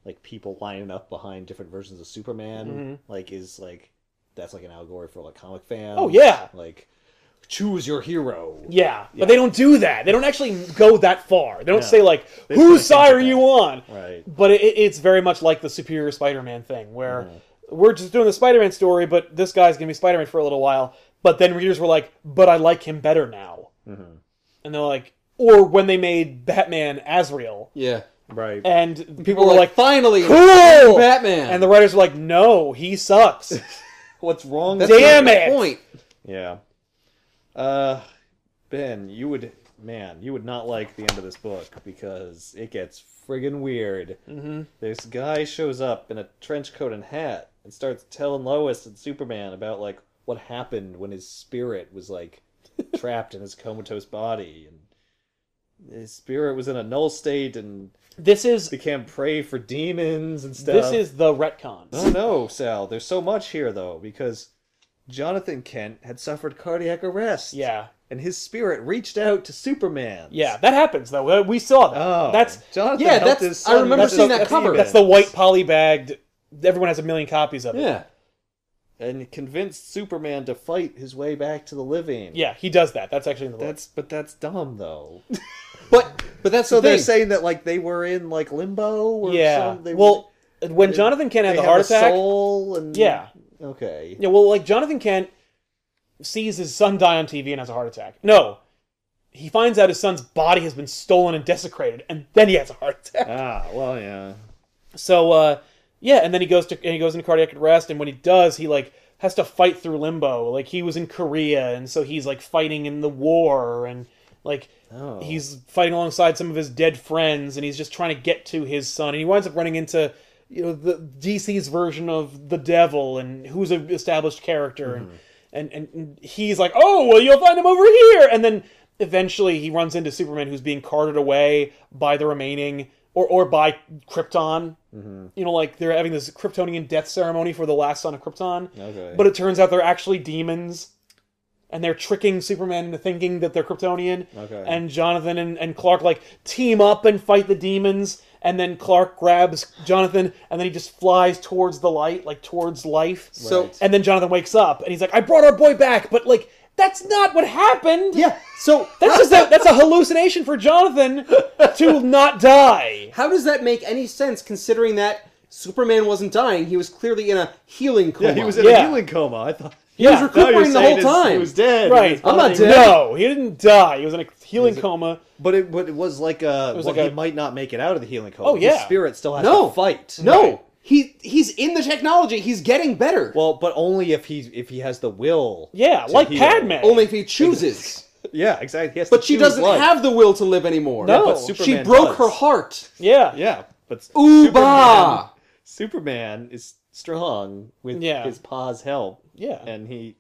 B: like people lining up behind different versions of Superman like is like that's like an allegory for like comic fans.
A: Mm-hmm. Oh, yeah.
B: like choose your hero.
A: Yeah, but they don't do that. They don't actually go that far. They don't
B: No.
A: say like,
B: They just
A: "Whose
B: kinda
A: side
B: think
A: are
B: about
A: you
B: it.
A: on?"
B: Right.
A: But it, it's very much like the Superior Spider-Man thing, where we're just doing the Spider-Man story, but this guy's gonna be Spider-Man for a little while. But then readers were like, "But I like him better now," and they're like, or when they made Batman Asriel,
C: Yeah.
B: Right.
A: and people
C: People
A: were like,
C: finally,
A: "Cool,
C: Batman.
A: and the writers were like, "No, he sucks."
B: What's wrong?
C: That's
B: with-
A: Damn
C: not the
A: it.
C: Point.
B: yeah. Uh, Ben, you would man, you would not like the end of this book because it gets friggin' weird.
A: mm-hmm.
B: This guy shows up in a trench coat and hat and starts telling Lois and Superman about like what happened when his spirit was like trapped in his comatose body and his spirit was in a null state and
A: This is
B: became prey for demons and
A: this
B: stuff.
A: is the retcons.
B: I don't know, Sal. There's so much here though because Jonathan Kent had suffered cardiac arrest.
A: Yeah,
B: And his spirit reached out to Superman.
A: yeah, that happens though. We saw that.
B: Oh.
A: That's
B: Jonathan
C: yeah,
B: helped
C: that's-
B: his
C: I
B: son
C: remember
B: with
A: seeing
B: his
A: that
C: cover.
B: demons.
A: That's the white poly bagged. Everyone has a million copies of it.
C: Yeah.
B: and convinced Superman to fight his way back to the living.
A: Yeah, he does that. That's actually in the book.
B: That's but that's dumb though.
C: But but that's
B: so
C: the
B: they're
C: thing.
B: saying that like they were in like limbo or
A: yeah.
B: some- they
A: well, when
B: they-
A: Jonathan Kent
B: they
A: had the
B: have
A: heart
B: a
A: attack,
B: soul and
A: Yeah.
B: Okay.
A: yeah. Well, like Jonathan Kent sees his son die on TV and has a heart attack. No, he finds out his son's body has been stolen and desecrated, and then he has a heart attack.
B: Ah, well, yeah.
A: So uh, yeah, and then he goes to and he goes into cardiac arrest, and when he does, he like has to fight through limbo. Like he was in Korea, and so he's like fighting in the war, and like
B: Oh.
A: he's fighting alongside some of his dead friends, and he's just trying to get to his son, and he winds up running into you know the DC's version of the devil, and who's an established character, and, and and he's like, oh well, you'll find him over here, and then eventually he runs into Superman, who's being carted away by the remaining. Or, or by Krypton, you know, like they're having this Kryptonian death ceremony for the last son of Krypton.
B: Okay.
A: But it turns out they're actually demons, and they're tricking Superman into thinking that they're Kryptonian.
B: Okay.
A: And Jonathan and, and Clark like team up and fight the demons, and then Clark grabs Jonathan, and then he just flies towards the light, like towards life.
C: So-
A: and then Jonathan wakes up, and he's like, "I brought our boy back," but like that's not what happened.
C: yeah. So
A: That's just a, that's a hallucination for Jonathan to not die.
C: how does that make any sense considering that Superman wasn't dying? He was clearly in a healing coma.
B: yeah, he was in
A: Yeah.
B: a healing coma. I thought
C: He
A: Yeah.
C: was
B: No, you're
C: recuperating the
B: saying
C: whole
B: it's-
C: time.
B: He was dead.
A: Right.
B: He was
C: I'm not
B: dying.
C: dead.
A: No, he didn't die. He was in a healing coma.
B: But it but it was like a
A: was
B: well,
A: like
B: he
A: a-
B: might not make it out of the healing coma.
A: Oh, yeah.
B: His spirit still has
C: No.
B: to fight.
C: no. He he's in the technology. He's getting better.
B: Well, but only if he if he has the will.
A: Yeah,
B: to
A: like
B: heal.
A: Padme.
C: Only if he chooses.
B: Yeah, exactly. He has
C: But
B: to
C: she
B: choose
C: doesn't
B: life.
C: have the will to live anymore.
A: No.
B: But
A: She
C: She
B: Superman
C: broke
B: does.
C: her heart.
A: Yeah.
B: Yeah, but
C: Ooh,
B: Superman,
C: bah.
B: Superman is strong with
A: Yeah.
B: his pa's help.
A: Yeah.
B: and he.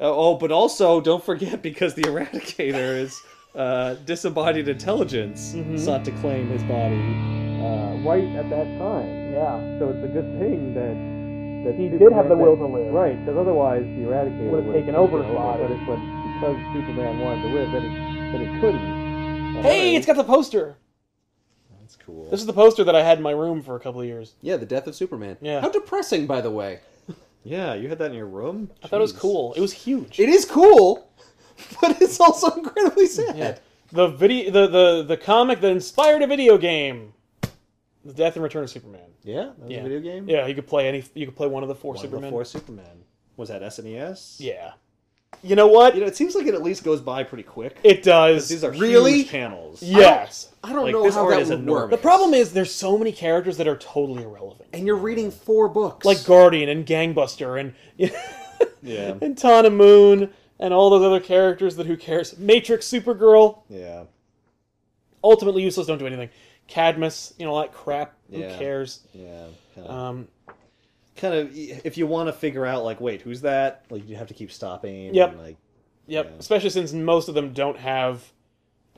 B: Oh, oh, but also don't forget because the Eradicator is uh, disembodied intelligence
A: Mm-hmm.
B: sought to claim his body uh, right at that time.
A: Yeah.
B: So it's a good thing that that
A: He
B: Superman-
A: did have the will to live.
B: right? Because otherwise, the Eradicator
A: Would've
B: would've
A: taken over his body.
B: But, it, but because Superman wanted to live, then he, then he couldn't. Uh,
A: Hey, it's got the poster.
B: that's cool.
A: This is the poster that I had in my room for a couple of years.
C: Yeah, the death of Superman.
A: Yeah.
C: How depressing, by the way.
B: Yeah, you had that in your room.
A: I thought it was cool. It was huge.
C: It is cool, but it's also incredibly sad.
A: Yeah. The video, the, the the comic that inspired a video game, The Death and Return of Superman.
B: Yeah, that was
A: Yeah.
B: a video game.
A: Yeah, you could play any. You could play one of the four
B: One of the
A: Superman.
B: four Superman. Was that E SNES?
A: Yeah. You know what?
B: You know, it seems like it at least goes by pretty quick.
A: It does.
B: These are
C: Really?
B: huge panels.
A: yes.
C: I don't
B: Like,
C: know
B: this
C: how
B: art
C: that
B: is
C: would
B: enormous.
A: The
C: work.
A: problem is there's so many characters that are totally irrelevant,
C: And you're reading four books.
A: like Guardian and Gangbuster and
B: Yeah.
A: and Tana Moon and all those other characters that who cares? Matrix, Supergirl,
B: Yeah.
A: ultimately useless. Don't do anything. Cadmus, you know, all that crap. Who
B: Yeah.
A: cares?
B: Yeah. Kind of,
A: Um,
B: kind of. Uh, If you want to figure out, like, wait, who's that? Like, you have to keep stopping.
A: Yep.
B: And, like,
A: yep.
B: Yeah.
A: Especially since most of them don't have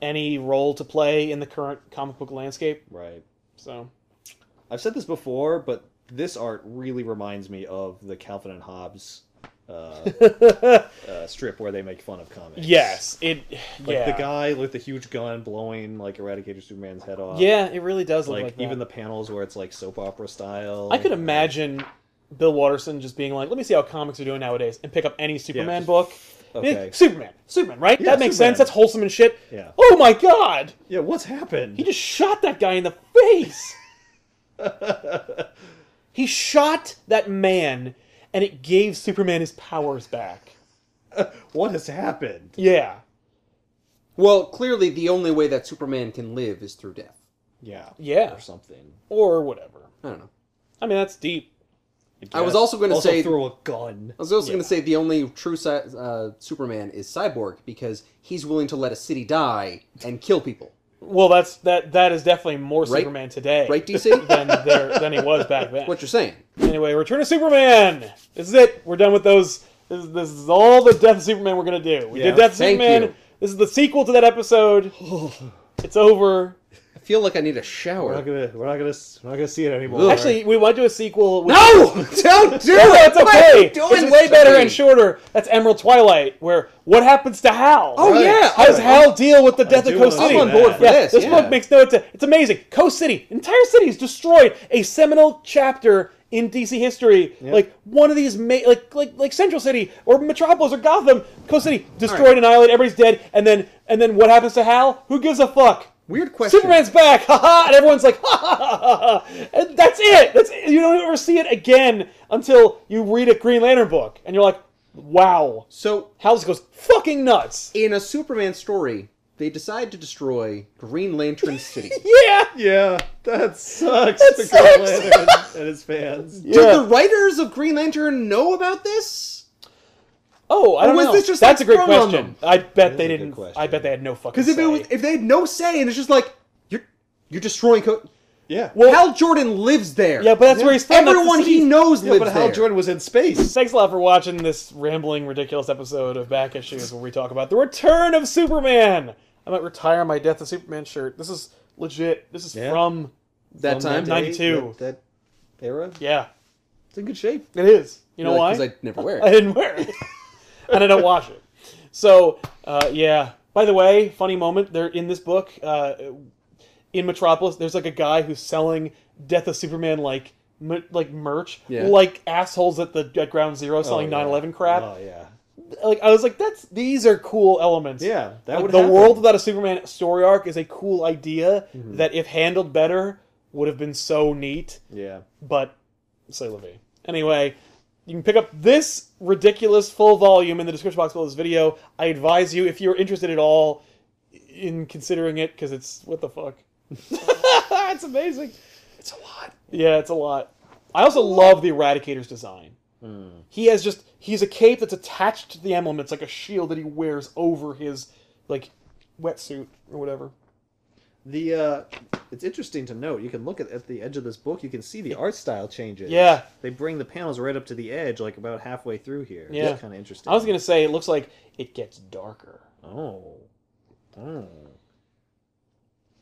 A: any role to play in the current comic book landscape.
B: right.
A: So
B: I've said this before, but this art really reminds me of the Calvin and Hobbes uh, uh, strip where they make fun of comics.
A: yes, it.
B: Like
A: yeah.
B: the guy with the huge gun blowing like Eradicator Superman's head off.
A: yeah, it really does look
B: Like,
A: like, that.
B: even the panels where it's like soap opera style. uh,
A: I could imagine Bill Watterson just being like, "Let me see how comics are doing nowadays," and pick up any Superman
B: just-
A: book.
B: okay.
A: Superman, Superman, right?
B: Yeah,
A: that makes
B: Superman.
A: sense. That's wholesome and shit.
B: Yeah.
A: Oh my god,
B: Yeah, what's happened?
A: he just shot that guy in the face. he shot that man, and it gave Superman his powers back.
B: what has happened?
A: Yeah,
C: Well, clearly the only way that Superman can live is through death.
B: Yeah.
A: Yeah.
B: Or something.
A: or whatever.
C: I don't know.
A: I mean, that's deep.
C: I was
B: guess.
C: also gonna say-
B: through a gun.
C: I was also going to say the only true Cy- uh, Superman is Cyborg because he's willing to let a city die and kill people.
A: Well, that's that. That is definitely more Superman today,
C: Right, DC?
A: Than there than he was back then.
C: what you're saying.
A: Anyway, Return of Superman. This is it. We're done with those. This, this is all the Death of Superman we're gonna do. We
B: Yeah,
A: did Death of
C: thank
A: Superman.
C: you.
A: This is the sequel to that episode. it's over.
C: I feel like I need a
B: We're not
C: shower.
B: gonna. We're not gonna. s- We're not gonna see it anymore.
C: Ugh.
A: Actually, we might do a sequel. With-
C: No! Don't do
A: No,
C: it!
A: that's okay.
C: Why are you doing
A: It's
C: this
A: way
C: to
A: better
C: me?
A: and shorter. That's Emerald Twilight, where what happens to Hal?
C: Oh,
B: Right.
C: yeah.
A: How does Hal deal with the death
B: do
A: of Coast City?
B: wanna see I'm on board that. for
A: Yeah,
C: this,
A: This
C: yeah.
A: book makes no. It's, it's amazing. Coast City, entire city is destroyed. A seminal chapter in DC history.
B: Yeah.
A: Like one of these, ma- like like like Central City or Metropolis or Gotham. Coast City destroyed, annihilated. Everybody's dead. And then and then what happens to Hal? Who gives a fuck?
C: Weird question.
A: Superman's back, haha, and everyone's like, ha ha ha ha, ha, and that's it. That's it. you don't ever see it again until you read a Green Lantern book, and you're like, wow,
C: So,
A: Hal's goes fucking nuts.
C: in a Superman story, they decide to destroy Green Lantern City.
A: Yeah,
B: Yeah, that sucks.
A: That
B: for
A: sucks.
B: Green Lantern and his fans.
A: yeah.
C: Did the writers of Green Lantern know about this?
A: Oh, I
C: Or
A: don't
C: was
A: know.
C: this just,
A: That's
C: like,
A: a great
C: thrown on
A: question.
C: them?
A: I bet they
B: a good
A: didn't.
B: question.
A: I bet they had no fucking.
C: Because if it
A: say.
C: was, if they had no say, and it's just like you're you're destroying. Co-
B: Yeah.
A: Well-
C: Hal Jordan lives there.
A: yeah, but that's where he's from. that's the
C: everyone he
A: city.
C: knows
B: yeah,
C: lives
B: but
C: there.
B: Hal Jordan was in space.
A: Thanks a lot for watching this rambling, ridiculous episode of Back Issues, where we talk about the return of Superman. I might retire my Death of Superman shirt. This is legit. This is
B: Yeah.
A: from
C: that
B: From that
C: time,
B: day,
A: 92.
B: That, that era.
A: yeah.
B: It's in good shape.
A: It is. You know why?
C: Because I never wear
A: I
C: it.
A: didn't wear it, and I don't wash it. So uh, yeah. By the way, funny moment there in this book, uh, in Metropolis, there's like a guy who's selling Death of Superman like m- like merch,
C: Yeah.
A: like assholes at the at Ground Zero selling
B: Oh, yeah.
A: 9/11 crap.
B: Oh yeah.
A: Like I was like, that's these are cool elements.
B: Yeah, that
A: Like,
B: would
A: the
B: happen.
A: world without a Superman story arc is a cool idea
B: Mm-hmm.
A: that if handled better would have been so neat
B: Yeah.
A: but say Levy. Anyway, you can pick up this ridiculous full volume in the description box below this video. I advise you, if you're interested at all in considering it, because it's what the fuck. it's amazing.
B: It's a lot.
A: Yeah, it's a lot. I also love the Eradicator's design.
B: Hmm.
A: He has just he's a cape that's attached to the emblem. It's like a shield that he wears over his like wetsuit or whatever.
B: The uh, it's interesting to note. You can look at, at the edge of this book. You can see the art style changes.
A: Yeah.
B: They bring the panels right up to the edge, like about halfway through here.
A: Yeah.
B: It's kind of interesting.
A: I was gonna say it looks like it gets darker.
B: Oh. Oh.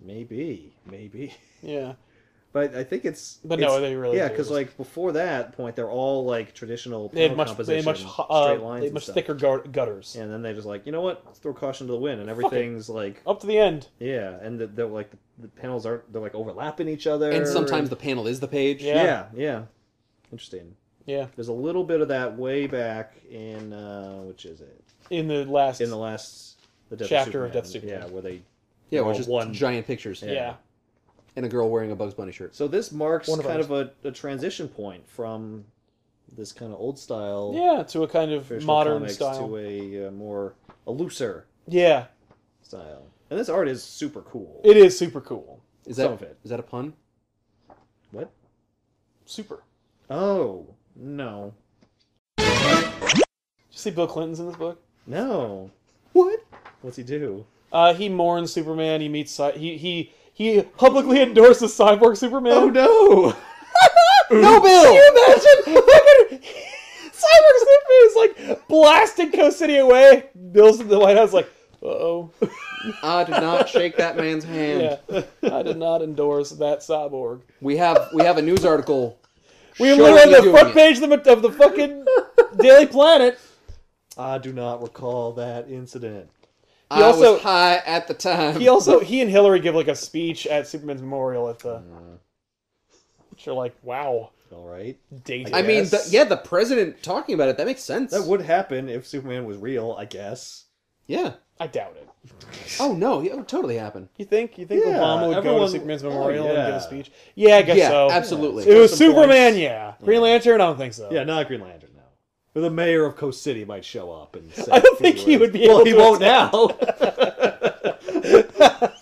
B: Maybe. Maybe.
A: Yeah.
B: But I think it's.
A: But
B: it's-
A: no, they really
B: Yeah,
A: do.
B: because like before that point, they're all like traditional.
A: They had
B: panel
A: much, they
B: composition,
A: had much, ho- uh,
B: straight lines
A: they had
B: and
A: much
B: stuff.
A: thicker gar- gutters
B: And then they're just like, you know what? Let's throw caution to the wind, and everything's like,
A: up to the end.
B: yeah, and the, they're like the, the panels aren't they're like overlapping each other.
C: And sometimes
B: and-
C: the panel is the page.
A: Yeah.
B: yeah, yeah, interesting.
A: Yeah,
B: There's a little bit of that way back in uh, which is it
A: in the last.
B: in the last the Death
A: Chapter of
B: Superman.
A: Death of Superman.
B: Yeah, where they
C: Yeah,
B: Well,
C: or just
B: one-
C: giant pictures.
A: yeah.
B: yeah.
C: And a girl wearing a Bugs Bunny shirt.
B: so this marks
A: One of
B: kind of a, a transition point from this kind of old style
A: Yeah, to a kind of
B: traditional
A: modern
B: comics
A: style.
B: to a uh, more a looser
A: Yeah,
B: style. And this art is super cool.
A: it is super cool.
C: Is that
B: Some of it.
C: is that a pun?
B: what?
A: Super.
B: Oh no,
A: Did you see Bill Clinton's in this book?
B: no.
C: What?
B: What's he do?
A: Uh, he mourns Superman. He meets. Cy- he he he publicly endorses Cyborg Superman.
B: Oh no! Oh,
C: No, Bill.
A: Can you imagine? Fucking Cyborg Superman is like blasting Coast City away. Bill's in the White House, like, uh oh.
C: I did not shake that man's hand.
A: Yeah, I did not endorse that cyborg.
C: We have we have a news article.
A: We
C: showing
A: were on
C: you
A: the
C: doing
A: front
C: it.
A: page of the, of the fucking Daily Planet.
B: I do not recall that incident.
C: I
A: also-
C: was high at the time.
A: He also he and Hillary give like a speech at Superman's memorial at the. Which are like, wow,
B: Sentinel, right?
A: Dangerous.
C: I mean,
B: Yes.
C: the, yeah, the president talking about it. That makes sense.
B: That would happen if Superman was real, I guess.
C: yeah.
A: I doubt it.
C: Oh no, yeah, it would totally happen.
A: You think? You think
B: Yeah,
A: Obama would go
B: everyone-
A: to Superman's
B: oh,
A: memorial and give
B: yeah.
A: a speech? Yeah, I guess
C: yeah,
A: so.
C: absolutely.
A: It was
B: Some points.
A: Superman, yeah. Green Lantern, I don't think so.
B: Yeah, not Green Lantern, no. But the mayor of Coast City might show up and say
A: I don't think he would be
B: Well,
A: able
B: he
A: to
B: won't
A: attend.
B: now.